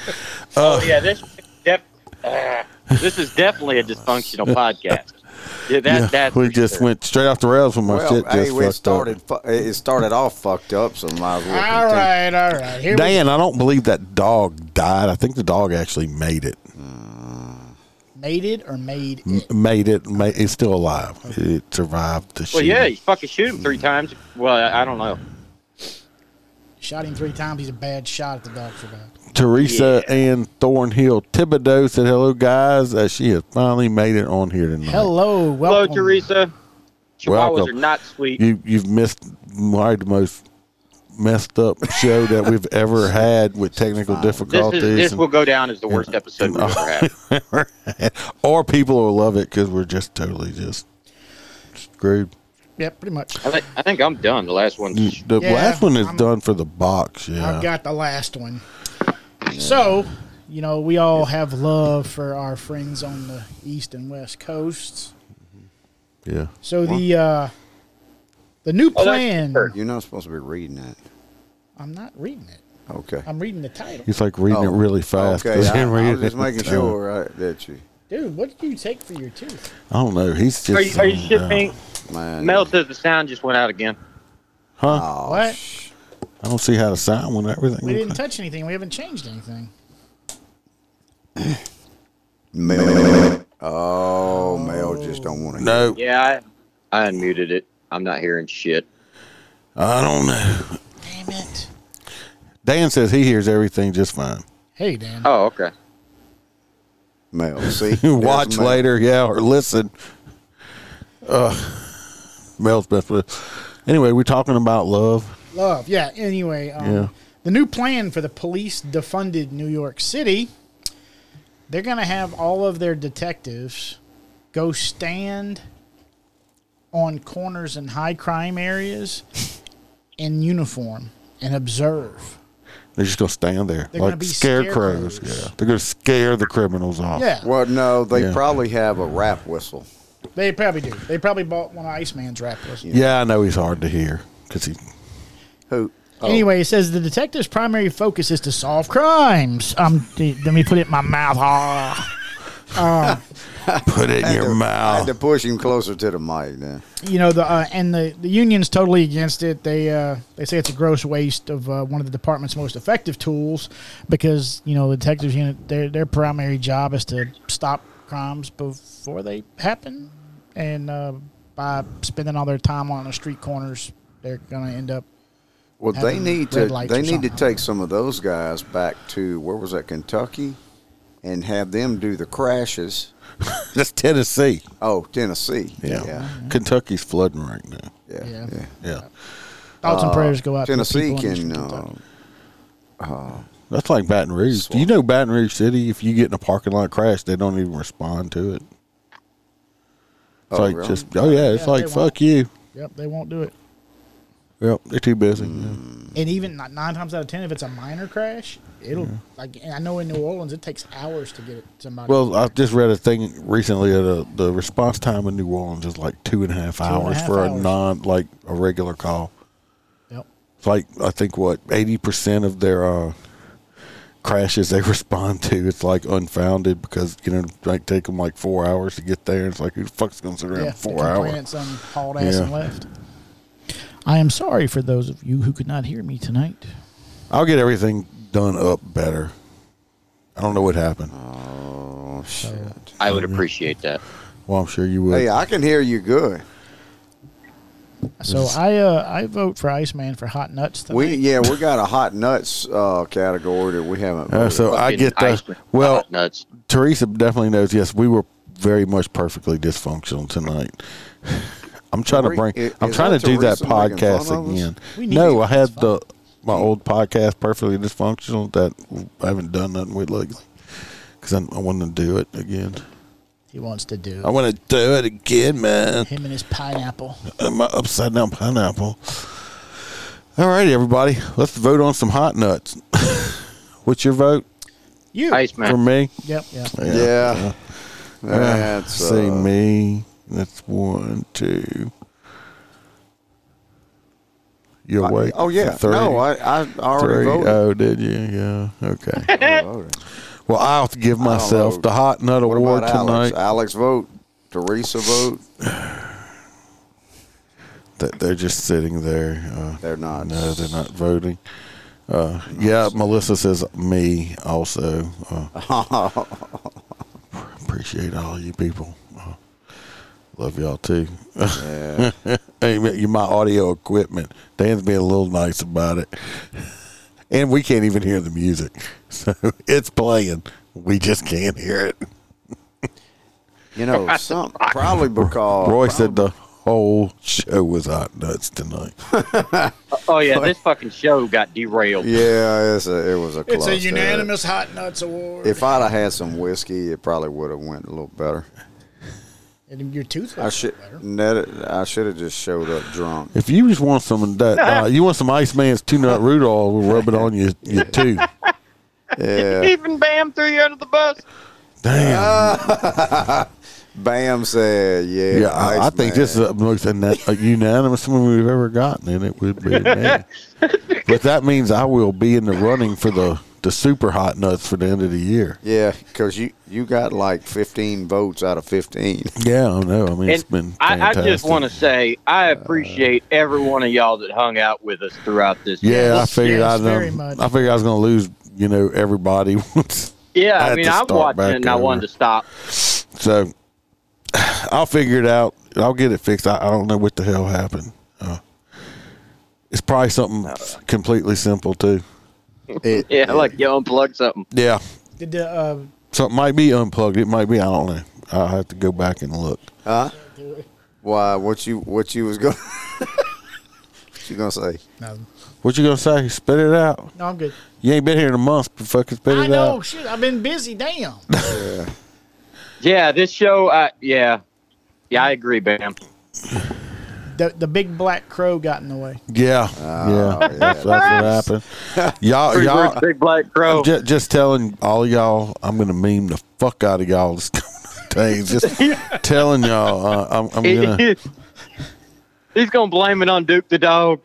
Speaker 5: Oh yeah, this def- uh, this is definitely a dysfunctional podcast. Yeah, that, that's
Speaker 1: we
Speaker 5: for
Speaker 1: just
Speaker 5: sure.
Speaker 1: went straight off the rails when my
Speaker 3: well,
Speaker 1: shit just
Speaker 3: hey, we
Speaker 1: fucked
Speaker 3: started.
Speaker 1: up.
Speaker 3: Fu- it started off fucked up, so might as well.
Speaker 2: All
Speaker 3: continue.
Speaker 2: right, all right. Here we
Speaker 1: Dan, I don't believe that dog died. I think the dog actually made it.
Speaker 2: made it or made
Speaker 1: M-
Speaker 2: it.
Speaker 1: Made it. Made, it's still alive. It survived the
Speaker 5: Well,
Speaker 1: shooting.
Speaker 5: yeah, you fucking shoot him three times. Well, I I don't know.
Speaker 2: Shot him three times. He's a bad shot at the dog for that.
Speaker 1: Teresa Ann Thornhill Thibodeau said, "Hello, guys. Uh, she has finally made it on here tonight.
Speaker 2: Hello,
Speaker 5: Hello,
Speaker 2: welcome.
Speaker 5: Teresa. Chihuahuas
Speaker 1: Welcome.
Speaker 5: are not sweet.
Speaker 1: You you've missed probably the most messed up show that we've ever had with technical
Speaker 5: This
Speaker 1: difficulties,
Speaker 5: is this
Speaker 1: and-
Speaker 5: will go down as the worst episode we've ever had.
Speaker 1: or people will love it because we're just totally just screwed.
Speaker 2: Yeah, pretty much.
Speaker 5: I, think, I think I'm done. The last one.
Speaker 1: The
Speaker 2: Yeah,
Speaker 1: last one is
Speaker 2: I'm-
Speaker 1: done for the box. Yeah,
Speaker 2: I've got the last one. So, you know, we all have love for our friends on the east and west coasts.
Speaker 1: yeah.
Speaker 2: So the uh the new
Speaker 5: Oh, that's
Speaker 2: plan.
Speaker 5: her.
Speaker 3: You're not supposed to be reading that.
Speaker 2: I'm not reading it.
Speaker 3: Okay.
Speaker 2: I'm reading the title.
Speaker 1: He's like reading it
Speaker 3: Oh,
Speaker 1: really fast.
Speaker 3: Okay,
Speaker 1: 'cause he
Speaker 3: I,
Speaker 1: didn't read
Speaker 3: I was
Speaker 1: it
Speaker 3: just
Speaker 1: at the
Speaker 3: making
Speaker 1: time.
Speaker 3: sure I, that you,
Speaker 2: Dude, what did you take for your tooth?
Speaker 1: I don't know. He's just uh,
Speaker 5: Are you, are you
Speaker 1: zoned out.
Speaker 5: shipping?
Speaker 3: man.
Speaker 5: Mel says the sound just went out again.
Speaker 1: Huh?
Speaker 3: Oh,
Speaker 2: What?
Speaker 3: sh-
Speaker 1: I don't see how to sign when everything.
Speaker 2: We didn't touch anything. We haven't changed anything.
Speaker 3: Mel. Oh, Mel just don't want to.
Speaker 1: no,
Speaker 5: Yeah, I, I unmuted it. I'm not hearing shit.
Speaker 1: I don't know.
Speaker 2: Damn it.
Speaker 1: Dan says he hears everything just fine.
Speaker 2: Hey, Dan.
Speaker 5: Oh, okay.
Speaker 3: Mel. See, There's
Speaker 1: Watch
Speaker 3: Mel.
Speaker 1: later, yeah, or listen. Uh, Mel's best. friend. Anyway, we're talking about love.
Speaker 2: Love. Yeah. Anyway, um,
Speaker 1: Yeah.
Speaker 2: the new plan for the police defunded New York City, they're going to have all of their detectives go stand on corners in high crime areas in uniform and observe.
Speaker 1: They're just gonna stand there
Speaker 2: They're gonna
Speaker 1: like
Speaker 2: be
Speaker 1: scarecrows.
Speaker 2: scarecrows.
Speaker 1: Yeah, they're gonna scare the criminals off.
Speaker 2: Yeah.
Speaker 3: Well, no, they
Speaker 1: Yeah.
Speaker 3: probably have a rap whistle.
Speaker 2: They probably do. They probably bought one of Iceman's rap lists.
Speaker 1: yeah, I know he's hard to hear because he.
Speaker 3: Who? Oh,
Speaker 2: Anyway, it says the detective's primary focus is to solve crimes. Um, th- let me put it in my mouth. Ah.
Speaker 1: Put it in your
Speaker 3: I had
Speaker 1: mouth.
Speaker 3: to push him closer to the mic. Then.
Speaker 2: You know the uh, and the, the union's totally against it. They uh, they say it's a gross waste of uh, one of the department's most effective tools because you know the detectives unit their their primary job is to stop crimes before they happen, and uh, by spending all their time on the street corners, they're gonna end up
Speaker 3: Well, they
Speaker 2: Having
Speaker 3: need
Speaker 2: red
Speaker 3: to.
Speaker 2: lights
Speaker 3: They
Speaker 2: or
Speaker 3: need to
Speaker 2: something.
Speaker 3: take some of those guys back to where was that Kentucky, and have them do the crashes.
Speaker 1: That's Tennessee.
Speaker 3: Oh, Tennessee.
Speaker 1: Yeah.
Speaker 3: yeah,
Speaker 2: Mm-hmm.
Speaker 1: Kentucky's flooding right now.
Speaker 3: yeah.
Speaker 2: Yeah.
Speaker 3: yeah.
Speaker 1: Yeah,
Speaker 2: thoughts and prayers go out. to the
Speaker 3: Uh, Tennessee
Speaker 2: people in the
Speaker 3: can.
Speaker 2: street of
Speaker 3: Uh,
Speaker 2: Kentucky.
Speaker 1: that's like Baton Rouge. Do you know Baton Rouge City? If you get in a parking lot crash, they don't even respond to it. It's
Speaker 3: Oh,
Speaker 1: like
Speaker 3: really?
Speaker 1: just oh yeah, it's
Speaker 2: Yeah,
Speaker 1: like
Speaker 2: they
Speaker 1: fuck
Speaker 2: won't.
Speaker 1: you.
Speaker 2: Yep, they won't do it.
Speaker 1: Yep, they're too busy.
Speaker 2: and even not nine times out of ten, if it's a minor crash, it'll like. And I know in New Orleans, it takes hours to get it somebody.
Speaker 1: Well, I just read a thing recently that uh, the response time in New Orleans is like two and a half
Speaker 2: and a
Speaker 1: hours
Speaker 2: half
Speaker 1: for a
Speaker 2: hours.
Speaker 1: non like a regular call.
Speaker 2: yep.
Speaker 1: It's like I think what eighty percent of their uh, crashes they respond to it's like unfounded because you know like take them like four hours to get there. It's like who the fuck's gonna sit around
Speaker 2: yeah,
Speaker 1: four
Speaker 2: they
Speaker 1: hours?
Speaker 2: complain at Some hauled ass
Speaker 1: Yeah.
Speaker 2: and left. I am sorry for those of you who could not hear me tonight.
Speaker 1: I'll get everything done up better. I don't know what happened.
Speaker 3: oh shit!
Speaker 5: I would appreciate that.
Speaker 1: Well, I'm sure you would.
Speaker 3: Hey, I can hear you good.
Speaker 2: So I uh, I vote for Iceman for hot nuts. Tonight.
Speaker 3: We yeah, we got a hot nuts uh, category that we haven't.
Speaker 1: Uh,
Speaker 3: voted
Speaker 1: so I
Speaker 5: Fucking
Speaker 1: get
Speaker 5: ice
Speaker 1: that.
Speaker 5: cream. Uh,
Speaker 1: Well,
Speaker 5: Hot nuts.
Speaker 1: Teresa definitely knows. Yes, we were very much perfectly dysfunctional tonight. I'm trying to bring.
Speaker 3: Is-
Speaker 1: I'm
Speaker 3: is
Speaker 1: trying to
Speaker 3: that
Speaker 1: do that
Speaker 3: Teresa making fun of
Speaker 1: podcast
Speaker 3: us?
Speaker 1: again.
Speaker 2: We need
Speaker 1: No,
Speaker 2: it.
Speaker 1: I had
Speaker 2: It's
Speaker 1: the my old podcast perfectly dysfunctional that I haven't done nothing with lately because I, I want to do it again.
Speaker 2: he wants to do
Speaker 3: Oh.
Speaker 1: I want to do it again, man.
Speaker 2: him and his pineapple.
Speaker 1: My upside down pineapple. All righty, everybody. Let's vote on some hot nuts. What's your vote
Speaker 2: You.
Speaker 5: Iceman.
Speaker 1: for me?
Speaker 2: Yep. Yep.
Speaker 3: Yeah.
Speaker 1: Let's
Speaker 3: That's
Speaker 1: see
Speaker 3: uh,
Speaker 1: me. That's one, two. You're awake.
Speaker 3: Oh yeah.
Speaker 1: Three.
Speaker 3: no, I, I already
Speaker 1: three.
Speaker 3: voted.
Speaker 1: Oh, did you? Yeah. Okay.
Speaker 3: Voted.
Speaker 1: well, I'll have to give myself
Speaker 3: know.
Speaker 1: the hot nut
Speaker 3: What
Speaker 1: award
Speaker 3: about Alex?
Speaker 1: tonight.
Speaker 3: Alex vote. Teresa vote.
Speaker 1: That they're just sitting there. Uh,
Speaker 3: They're not.
Speaker 1: No, they're not voting. Uh, yeah, Melissa says me also. Uh, appreciate all you people. Uh, love y'all too.
Speaker 3: Yeah.
Speaker 1: hey, man, you my audio equipment. Dan's being a little nice about it, and we can't even hear the music, so it's playing. We just can't hear it.
Speaker 3: You know, some probably because
Speaker 1: Roy said the whole show was hot nuts tonight.
Speaker 5: Oh yeah, this fucking show got derailed.
Speaker 3: Yeah, it's a, it was a.
Speaker 2: It's a
Speaker 3: cluster.
Speaker 2: unanimous hot nuts award.
Speaker 3: If I'd have had some whiskey, it probably would have went a little better.
Speaker 2: and your tooth.
Speaker 3: I should net- I should have just showed up drunk.
Speaker 1: If you just want some of that, uh, you want some Iceman's two nut root oil, we'll rub it on your, your tooth.
Speaker 3: Yeah.
Speaker 5: Even Bam threw you under the bus.
Speaker 1: Damn.
Speaker 5: Uh,
Speaker 3: Bam said, "Yeah,
Speaker 1: yeah, I, I think this is the most una- a unanimous one we've ever gotten, and it would be me. but that means I will be in the running for the, the super hot nuts for the end of the year.
Speaker 3: Yeah, because you you got like 15 votes out of 15.
Speaker 1: Yeah, I know. I mean, it's
Speaker 5: And
Speaker 1: been
Speaker 5: I, I
Speaker 1: fantastic. Uh,
Speaker 5: just want to say I appreciate every one of y'all that hung out with us throughout this.
Speaker 1: Yeah, I
Speaker 2: Yes,
Speaker 1: figured
Speaker 2: yes,
Speaker 1: I
Speaker 2: very
Speaker 1: know.
Speaker 2: much.
Speaker 1: I figured I was going to lose. You know, everybody. once.
Speaker 5: yeah.
Speaker 1: I
Speaker 5: I,
Speaker 1: had
Speaker 5: mean,
Speaker 1: to
Speaker 5: I'm
Speaker 1: start
Speaker 5: watching
Speaker 1: back
Speaker 5: it and I wanted
Speaker 1: over.
Speaker 5: to stop.
Speaker 1: So I'll figure it out. I'll get it fixed. I, I don't know what the hell happened. Uh, it's probably something completely simple too.
Speaker 5: Yeah, like you unplug something.
Speaker 1: Yeah,
Speaker 2: Did the uh,
Speaker 1: something might be unplugged. It might be. I don't know. I'll have to go back and look.
Speaker 3: Huh? Why? What you what you was going? what you gonna say?
Speaker 2: no,
Speaker 1: What you gonna say? Spit it out.
Speaker 2: no, I'm good.
Speaker 1: You ain't been here in a month, but fucking spit
Speaker 3: uh,
Speaker 2: I
Speaker 1: it
Speaker 2: know.
Speaker 1: out.
Speaker 2: Shit, I've been busy. Damn.
Speaker 5: Yeah, this show. I yeah, yeah, I agree, Bam.
Speaker 2: the the big black crow got in the way.
Speaker 1: Yeah, Oh, yeah. That's, that's what happened. Y'all,
Speaker 5: Free
Speaker 1: y'all.
Speaker 5: bird, big black crow.
Speaker 1: I'm ju- just telling all y'all, I'm gonna meme the fuck out of y'all this coming days. Just telling y'all, uh, I'm, I'm gonna.
Speaker 5: He's gonna blame it on Duke the dog.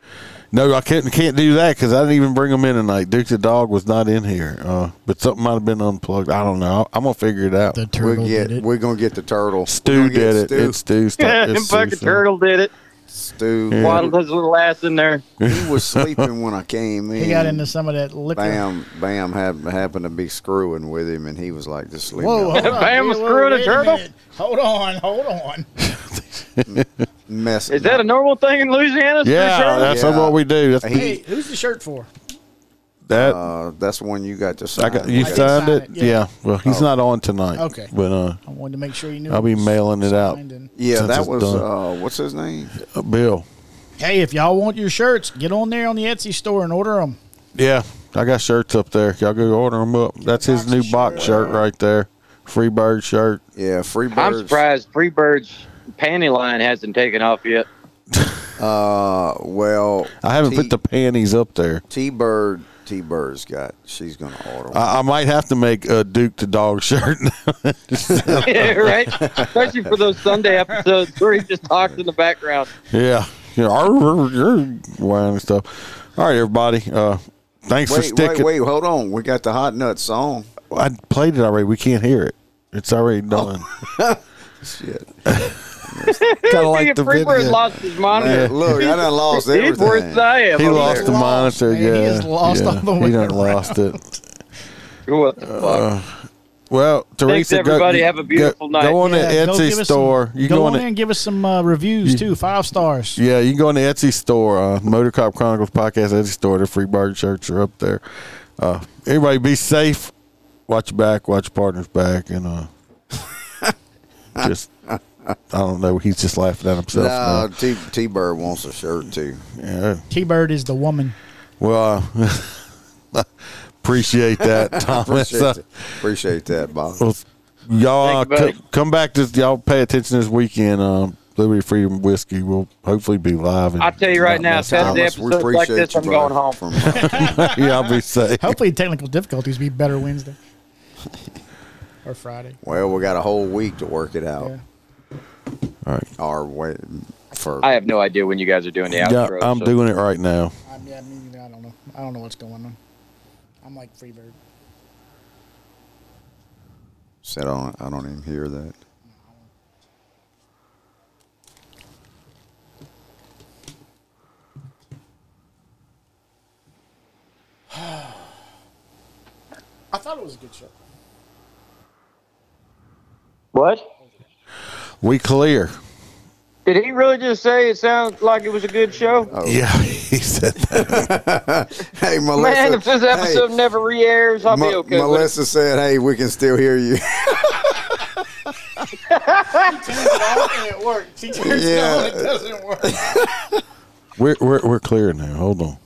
Speaker 1: No, I can't can't do that because I didn't even bring him in tonight. Duke the dog was not in here, uh, but something might have been unplugged. I don't know. I'm gonna figure it out.
Speaker 2: The
Speaker 3: We
Speaker 2: turtle
Speaker 3: get
Speaker 2: did it.
Speaker 3: we're gonna get the turtle.
Speaker 1: Stu
Speaker 3: We're gonna
Speaker 1: did
Speaker 3: get
Speaker 1: it. It's Stu's.
Speaker 5: Yeah,
Speaker 1: it's
Speaker 5: and
Speaker 1: Stu's
Speaker 5: fucking
Speaker 1: thing.
Speaker 5: turtle did it.
Speaker 3: Stu.
Speaker 1: Yeah.
Speaker 5: Waddled his little ass in there.
Speaker 3: He was sleeping when I came in.
Speaker 2: He got into some of that liquor.
Speaker 3: Bam, Bam had, happened to be screwing with him, and he was like, "Just leave
Speaker 2: Whoa,
Speaker 3: me
Speaker 2: hold
Speaker 3: alone.
Speaker 2: on.
Speaker 5: Bam
Speaker 2: wait,
Speaker 5: was
Speaker 2: wait,
Speaker 5: screwing a
Speaker 2: wait
Speaker 5: turtle?
Speaker 2: minute. Hold on, hold on.
Speaker 3: mess."
Speaker 5: Is that a normal thing in Louisiana?
Speaker 1: Yeah, that's
Speaker 3: Yeah.
Speaker 1: what we do. That's
Speaker 3: He-
Speaker 2: Hey, who's the shirt for?
Speaker 1: that.
Speaker 3: uh, that's one you got to sign.
Speaker 1: I got you
Speaker 2: I did
Speaker 1: signed
Speaker 2: sign
Speaker 1: it.
Speaker 2: it,
Speaker 1: Yeah.
Speaker 2: yeah.
Speaker 1: Well, he's
Speaker 3: Oh.
Speaker 1: not on tonight.
Speaker 2: Okay.
Speaker 1: But uh,
Speaker 2: I wanted to make sure you knew.
Speaker 1: I'll
Speaker 2: it
Speaker 1: be
Speaker 2: was
Speaker 1: mailing it out.
Speaker 2: signed and-
Speaker 3: yeah,
Speaker 1: since
Speaker 3: that
Speaker 1: it's
Speaker 3: was uh,
Speaker 1: done.
Speaker 3: what's his name?
Speaker 1: Bill.
Speaker 2: hey, if y'all want your shirts, get on there on the Etsy store and order them.
Speaker 1: Yeah, I got shirts up there. Y'all go order them up. That's his new box shirt right there. Free bird shirt.
Speaker 3: Yeah, Freebirds.
Speaker 5: I'm surprised Freebird's panty line hasn't taken off yet.
Speaker 3: Uh, well,
Speaker 1: I haven't
Speaker 3: T-
Speaker 1: put the panties up there.
Speaker 3: T Bird. T Bird's got. She's gonna order. One.
Speaker 1: I, I might have to make a Duke the dog shirt.
Speaker 5: right? Especially for those Sunday episodes where he just talks in the background.
Speaker 1: yeah, you know, whining stuff. All right, everybody. Uh, thanks for
Speaker 3: wait, wait,
Speaker 1: sticking.
Speaker 3: wait, hold on. We got the hot nut song.
Speaker 1: I played it already. We can't hear it. It's already
Speaker 2: Oh.
Speaker 1: done.
Speaker 3: Shit.
Speaker 1: kind of like the
Speaker 5: Freebird
Speaker 1: video.
Speaker 5: lost his monitor.
Speaker 3: Man, look, I done lost
Speaker 5: He's worse
Speaker 3: everything.
Speaker 5: than I am.
Speaker 1: He
Speaker 5: over
Speaker 1: lost the
Speaker 5: there.
Speaker 1: monitor.
Speaker 2: man. He
Speaker 1: yeah,
Speaker 2: is lost
Speaker 1: yeah.
Speaker 2: all the
Speaker 1: He
Speaker 2: way
Speaker 1: done
Speaker 2: around.
Speaker 1: lost it.
Speaker 5: What the
Speaker 1: Uh,
Speaker 5: fuck?
Speaker 1: Well, Teresa, go-
Speaker 5: everybody.
Speaker 1: you-
Speaker 5: Have a beautiful
Speaker 1: go,
Speaker 5: night.
Speaker 1: Go on
Speaker 2: Yeah,
Speaker 1: the
Speaker 2: go give
Speaker 1: Etsy
Speaker 2: us
Speaker 1: store.
Speaker 2: Some,
Speaker 1: you
Speaker 2: go
Speaker 1: go
Speaker 2: on
Speaker 1: on
Speaker 2: there
Speaker 1: the,
Speaker 2: and give us some uh, reviews too. Five stars.
Speaker 1: yeah, you can go on the Etsy store, uh, Motorcop Chronicles podcast Etsy store. The free bird shirts are up there. Uh, everybody, be safe. Watch your back. Watch your partner's back, and uh, just I don't know. He's just laughing at himself.
Speaker 3: No, T T Bird wants a shirt too.
Speaker 1: now. Yeah.
Speaker 2: T Bird is the woman.
Speaker 1: Well, uh, appreciate that, Thomas.
Speaker 3: Appreciate,
Speaker 1: Uh,
Speaker 3: that. Appreciate that, Bob.
Speaker 1: Well, y'all uh,
Speaker 5: Thank you, buddy.
Speaker 1: co- come back this y'all pay attention this weekend. Um, Liberty Freedom Whiskey will hopefully be live. in-
Speaker 5: I'll tell you right now,
Speaker 1: That's
Speaker 5: if that's the
Speaker 1: how-
Speaker 3: Thomas, we
Speaker 5: episode like
Speaker 3: appreciate
Speaker 5: this,
Speaker 3: you,
Speaker 5: I'm going
Speaker 3: brother.
Speaker 5: home.
Speaker 3: From
Speaker 1: yeah, I'll be safe.
Speaker 2: Hopefully, technical difficulties be better Wednesday or Friday.
Speaker 3: well, we got a whole week to work it
Speaker 1: Oh.
Speaker 3: out.
Speaker 2: Yeah.
Speaker 1: All right.
Speaker 3: Or wait for
Speaker 5: I have no idea when you guys are doing the
Speaker 1: Yeah,
Speaker 5: outro.
Speaker 1: I'm
Speaker 5: so-
Speaker 1: doing it right now.
Speaker 2: I, yeah, me neither. I don't know. I don't know what's going on. I'm like Freebird.
Speaker 3: said I don't, I don't even hear that.
Speaker 2: I thought it was a good show.
Speaker 5: What?
Speaker 1: We clear.
Speaker 5: Did he really just say it sounds like it was a good show?
Speaker 3: Uh,
Speaker 1: Yeah, he said that.
Speaker 3: Hey, Melissa.
Speaker 5: Man, if this episode
Speaker 3: hey,
Speaker 5: never re-airs, I'll be
Speaker 3: Me-
Speaker 5: okay. with it.
Speaker 3: Melissa said, "Hey, we can still hear you."
Speaker 2: it worked. She turns
Speaker 3: it on, Yeah. it
Speaker 2: doesn't work.
Speaker 1: We're, we're, we're clear now. Hold on.